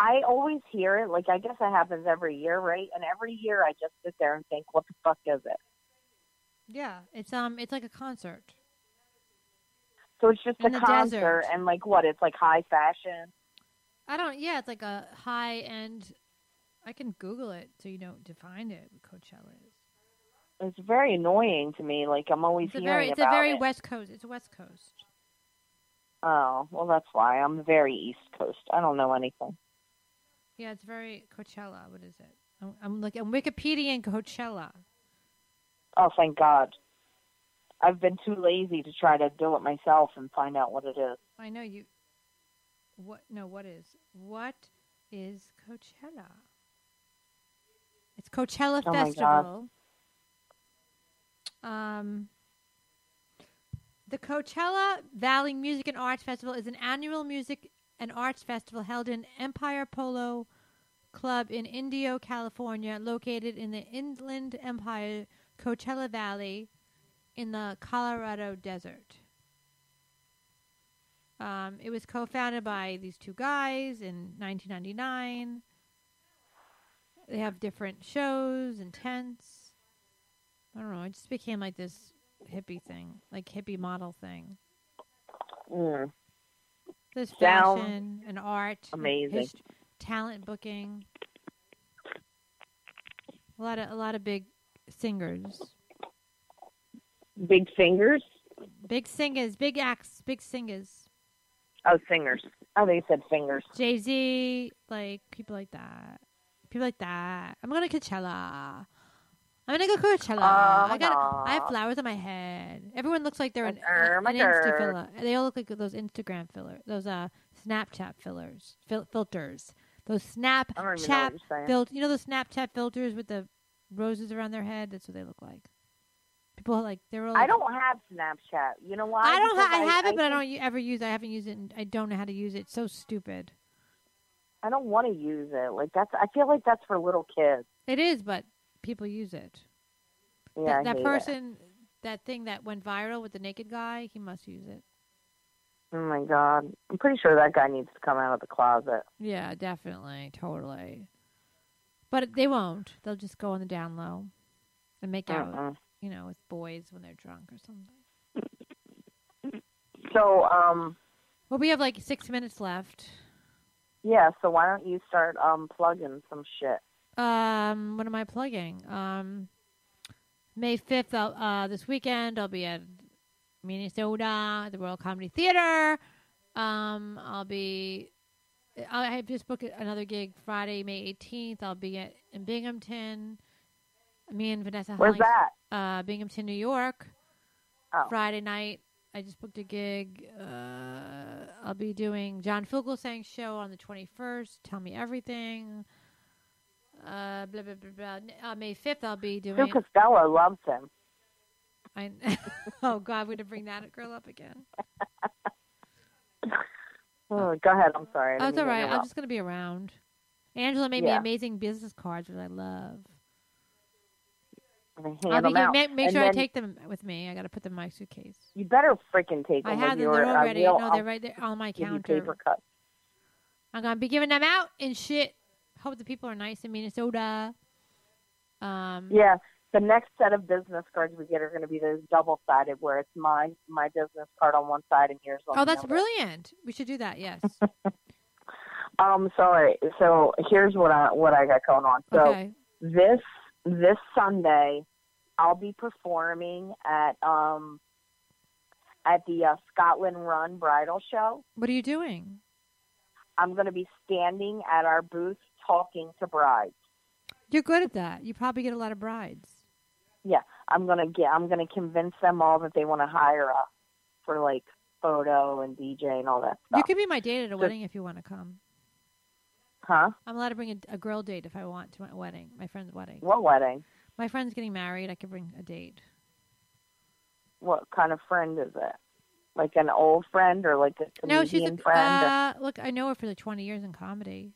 I always hear it. Like I guess it happens every year, right? And every year I just sit there and think, what the fuck is it? Yeah, it's um, it's like a concert. So it's just In a the concert, desert. and like what? It's like high fashion. I don't. Yeah, it's like a high end. I can Google it so you know to find it. what Coachella is. It's very annoying to me. Like I'm always It's a hearing very, it's a about very it. West Coast. It's a West Coast. oh, well, that's why I'm very East Coast. I don't know anything. Yeah, it's very Coachella. What is it? I'm, I'm looking. I'm Wikipedia and Coachella. Oh, thank God. I've been too lazy to try to do it myself and find out what it is. I know you. What? No. What is? What is Coachella? It's Coachella Oh my God. Festival. Um. The Coachella Valley Music and Arts Festival is an annual music and arts festival held in Empire Polo Club in Indio, California, located in the Inland Empire Coachella Valley in the Colorado desert. Um, it was co founded by these two guys in 1999. They have different shows and tents. I don't know. It just became like this hippie thing, like hippie model thing. Mm. There's Sounds fashion and art, and amazing. hist- talent booking. A lot of a lot of big singers, Big fingers? big singers, big acts, big singers. Oh, singers. Oh, they said fingers. Jay Z, like people like that, people like that. I'm going to Coachella. I'm gonna go Coachella. I got. I have Aw. flowers on my head. Everyone looks like they're an, Oh an, my Insta God. filler. They all look like those Instagram filler, those uh Snapchat fillers, fil- filters, those I don't even know Snapchat what you're saying. Fil- you know those Snapchat filters with the roses around their head? That's what they look like. People are like they're all. I like- don't have Snapchat. You know why? I don't. Because Ha- I have it, but I don't think- u- ever use. it. I haven't used it. And I don't know how to use it. It's so stupid. I don't want to use it. Like that's. I feel like that's for little kids. It is, but people use it. Yeah, I that that hate it. person, that thing that went viral with the naked guy, he must use it. Oh my god! I'm pretty sure that guy needs to come out of the closet. Yeah, definitely, totally. But they won't. They'll just go on the down low and make out, Mm-mm. you know, with boys when they're drunk or something. So, um, Well, we have like six minutes left. yeah. So why don't you start um plugging some shit? Um, what am I plugging? Um, May fifth, uh, this weekend I'll be at Minnesota at the Royal Comedy Theater. Um, I'll be. I have just booked another gig Friday, May eighteenth. I'll be at in Binghamton. Me and Vanessa. Where's Hollings- that? Uh, Binghamton, New York. Oh, Friday night. I just booked a gig. Uh, I'll be doing John Fogelsang's show on the 21st. Tell me everything. Uh, blah, blah, blah, blah. N- Uh, May 5th, I'll be Sue doing. Costello loves him. I, oh, God, we're going to bring that girl up again. Oh, go ahead. I'm Oh, sorry. I it's all didn't mean right. to I'm just going to be around. Angela made me Yeah. amazing business cards, which I love. interrupt. I'll Hand be him here. out. Make, make And sure I then take them with me. I got to put them in my suitcase. You better freaking take I them have with them. your They're already. uh, real, No, I'll they're right there on my give you counter. paper cut. I'm gonna be giving them out and shit. Hope the people are nice in Minnesota. Um, Yeah. The next set of business cards we get are going to be those double sided, where it's my my business card on one side and yours on Oh, the that's other. brilliant. We should do that. Yes. Um, sorry. So here's what I what I got going on. So okay. this this Sunday, I'll be performing at um at the uh, Scotland Run Bridal Show. What are you doing? I'm going to be standing at our booth talking to brides. You're good at that. You probably get a lot of brides. Yeah, I'm gonna get. I'm gonna convince them all that they want to hire us for like photo and DJ and all that You stuff. could be my date at a Good. wedding if you want to come. huh? I'm allowed to bring a, a girl date if I want to my wedding, my friend's wedding. What wedding? My friend's getting married. I could bring a date. What kind of friend is it? Like an old friend or like a comedian No, she's a friend? or- uh, look. I know her for the twenty years in comedy.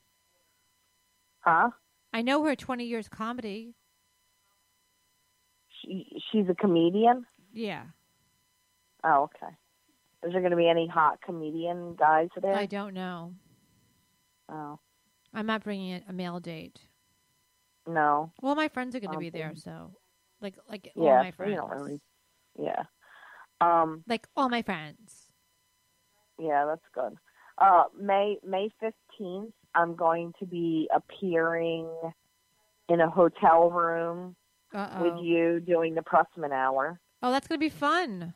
huh? I know her twenty years comedy. She, she's a comedian. Yeah, Oh, okay. Is there going to be any hot comedian guys there? I don't know. Oh I'm not bringing it a male date. no, Well, my friends are going to Um, be there, so like like Yeah, all my we friends, don't really- yeah, um, like all my friends. yeah, that's good. Uh, May May fifteenth, I'm going to be appearing in a hotel room Uh with oh. you doing the Pressman Hour. Oh, that's going to be fun.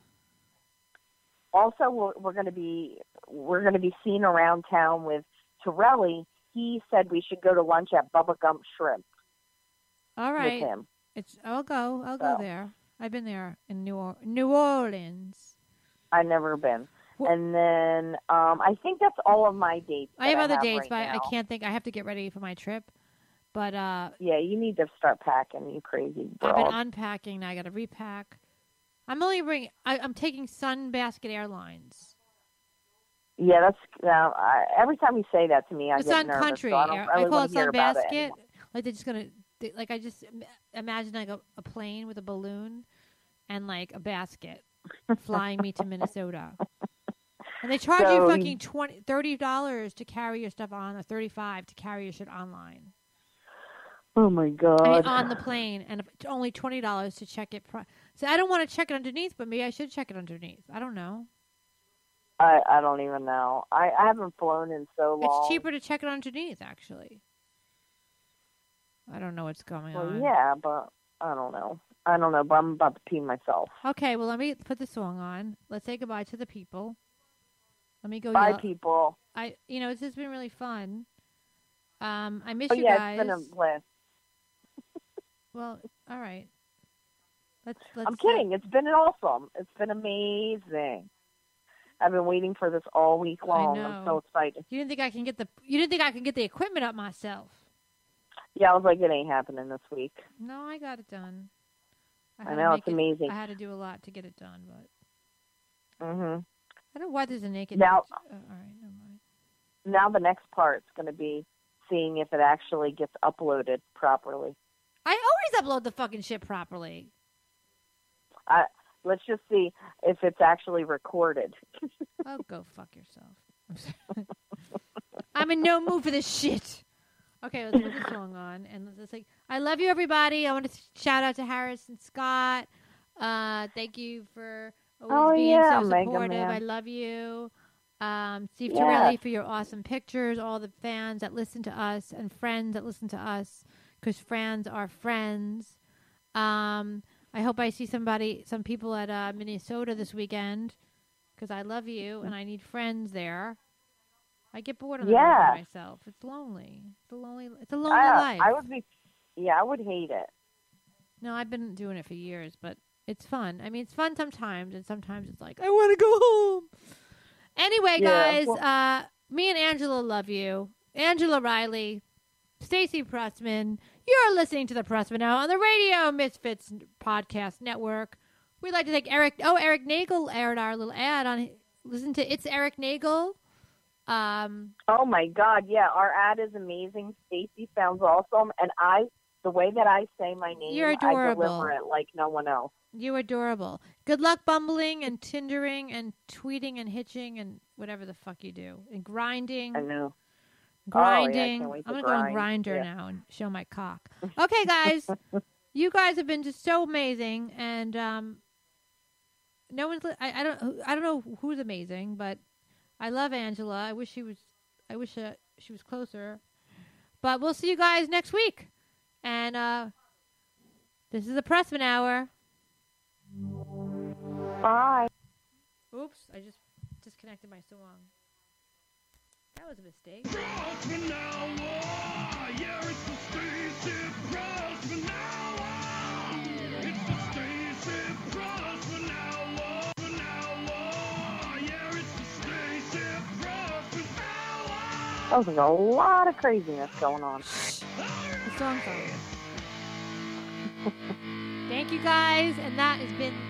also we're, we're going to be we're going to be seen around town with Torelli. He said we should go to lunch at Bubba Gump Shrimp All right. with him. Oh. It's I'll go. I'll go So. there. I've been there in New or- New Orleans. I've never been. Well- and then um, I think that's all of my dates. I have that other dates, right but I- now. I can't think. I have to get ready for my trip. But uh, Yeah, you need to start packing. You crazy I've been girl. unpacking. Now I got to repack. I'm only bringing. I, I'm taking Sunbasket Airlines. yeah, that's now. I, every time you say that to me, I it's get on nervous. country. So I, don't air- really I call wanna it hear about it Sunbasket. anymore. like they're just gonna. They, like I just im- imagine like a, a plane with a balloon and like a basket flying me to Minnesota. And they charge So- you fucking twenty thirty dollars to carry your stuff on, or thirty five to carry your shit online. Oh my god. I mean, on the plane, and if- it's only twenty dollars to check it. Pri- so I don't want to check it underneath, but maybe I should check it underneath. I don't know. I, I don't even know. I, I haven't flown in so long. It's cheaper to check it underneath, actually. I don't know what's going Well, on. yeah, but I don't know. I don't know, but I'm about to pee myself. Okay, well, let me put the song on. Let's say goodbye to the people. Let me go. Bye, yell- people. I, you know, this has been really fun. Um, I miss Oh you yeah, guys. it's been a blast. Well, all right. Let's. let's I'm uh, kidding. It's been awesome. It's been amazing. I've been waiting for this all week long. I'm so know. excited. You didn't think I can get the? You didn't think I could get the equipment up myself? Yeah, I was like, it ain't happening this week. No, I got it done. I, had to know it's make it- amazing. I had to do a lot to get it done, but hmm I don't know why there's a naked. Now- uh, all right, never mind. Now the next part's going to be seeing if it actually gets uploaded properly. I always upload the fucking shit properly. I, let's just see if it's actually recorded. Oh, go fuck yourself. I'm sorry. I'm in no mood for this shit. Okay, let's put this song on, and let's just like, I love you, everybody. I want to shout out to Harris and Scott. Uh, thank you for always Oh, being yeah, so Mega supportive. Man. I love you. Um, Steve Yeah. Torelli for your awesome pictures, all the fans that listen to us, and friends that listen to us, because friends are friends. Um, I hope I see somebody, some people at uh, Minnesota this weekend because I love you and I need friends there. I get bored on the Yeah. road by myself. It's lonely. It's a lonely. It's a lonely I, life. Ah, I would be, yeah, I would hate it. no, I've been doing it for years, but it's fun. I mean, it's fun sometimes, and sometimes it's like I want to go home. Anyway, Yeah, guys, well- uh, me and Angela love you. Angela Riley, Stacy Pressman. You're listening to the Pressman Hour on the Radio Misfits Podcast Network. We'd like to thank Eric. Oh, Eric Nagel aired our little ad on. Listen to it's Eric Nagel. Um, Oh my God! Yeah, our ad is amazing. Stacy sounds awesome, and I, the way that I say my name, You're I adorable. deliver it like no one else. you adorable. Good luck bumbling and tindering and tweeting and hitching and whatever the fuck you do and grinding. I know. Oh, yeah, I can't grinding. wait to I'm gonna go on grind. grinder Yeah. now and show my cock. Okay, guys, you guys have been just so amazing, and um, no one's. Li- I, I don't. I don't know who's amazing, but I love Angela. I wish she was. I wish uh, she was closer. But we'll see you guys next week, and uh, this is the Pressman Hour. Bye. Oops, I just disconnected my song. That was a mistake. Crossman Hour. Yeah, it's the Stacey Crossman Hour. It's the Stacey Crossman Hour. An hour. Yeah, it's the Stacey Crossman Hour. That was like a lot of craziness going on. The song's on. Thank you guys, and that has been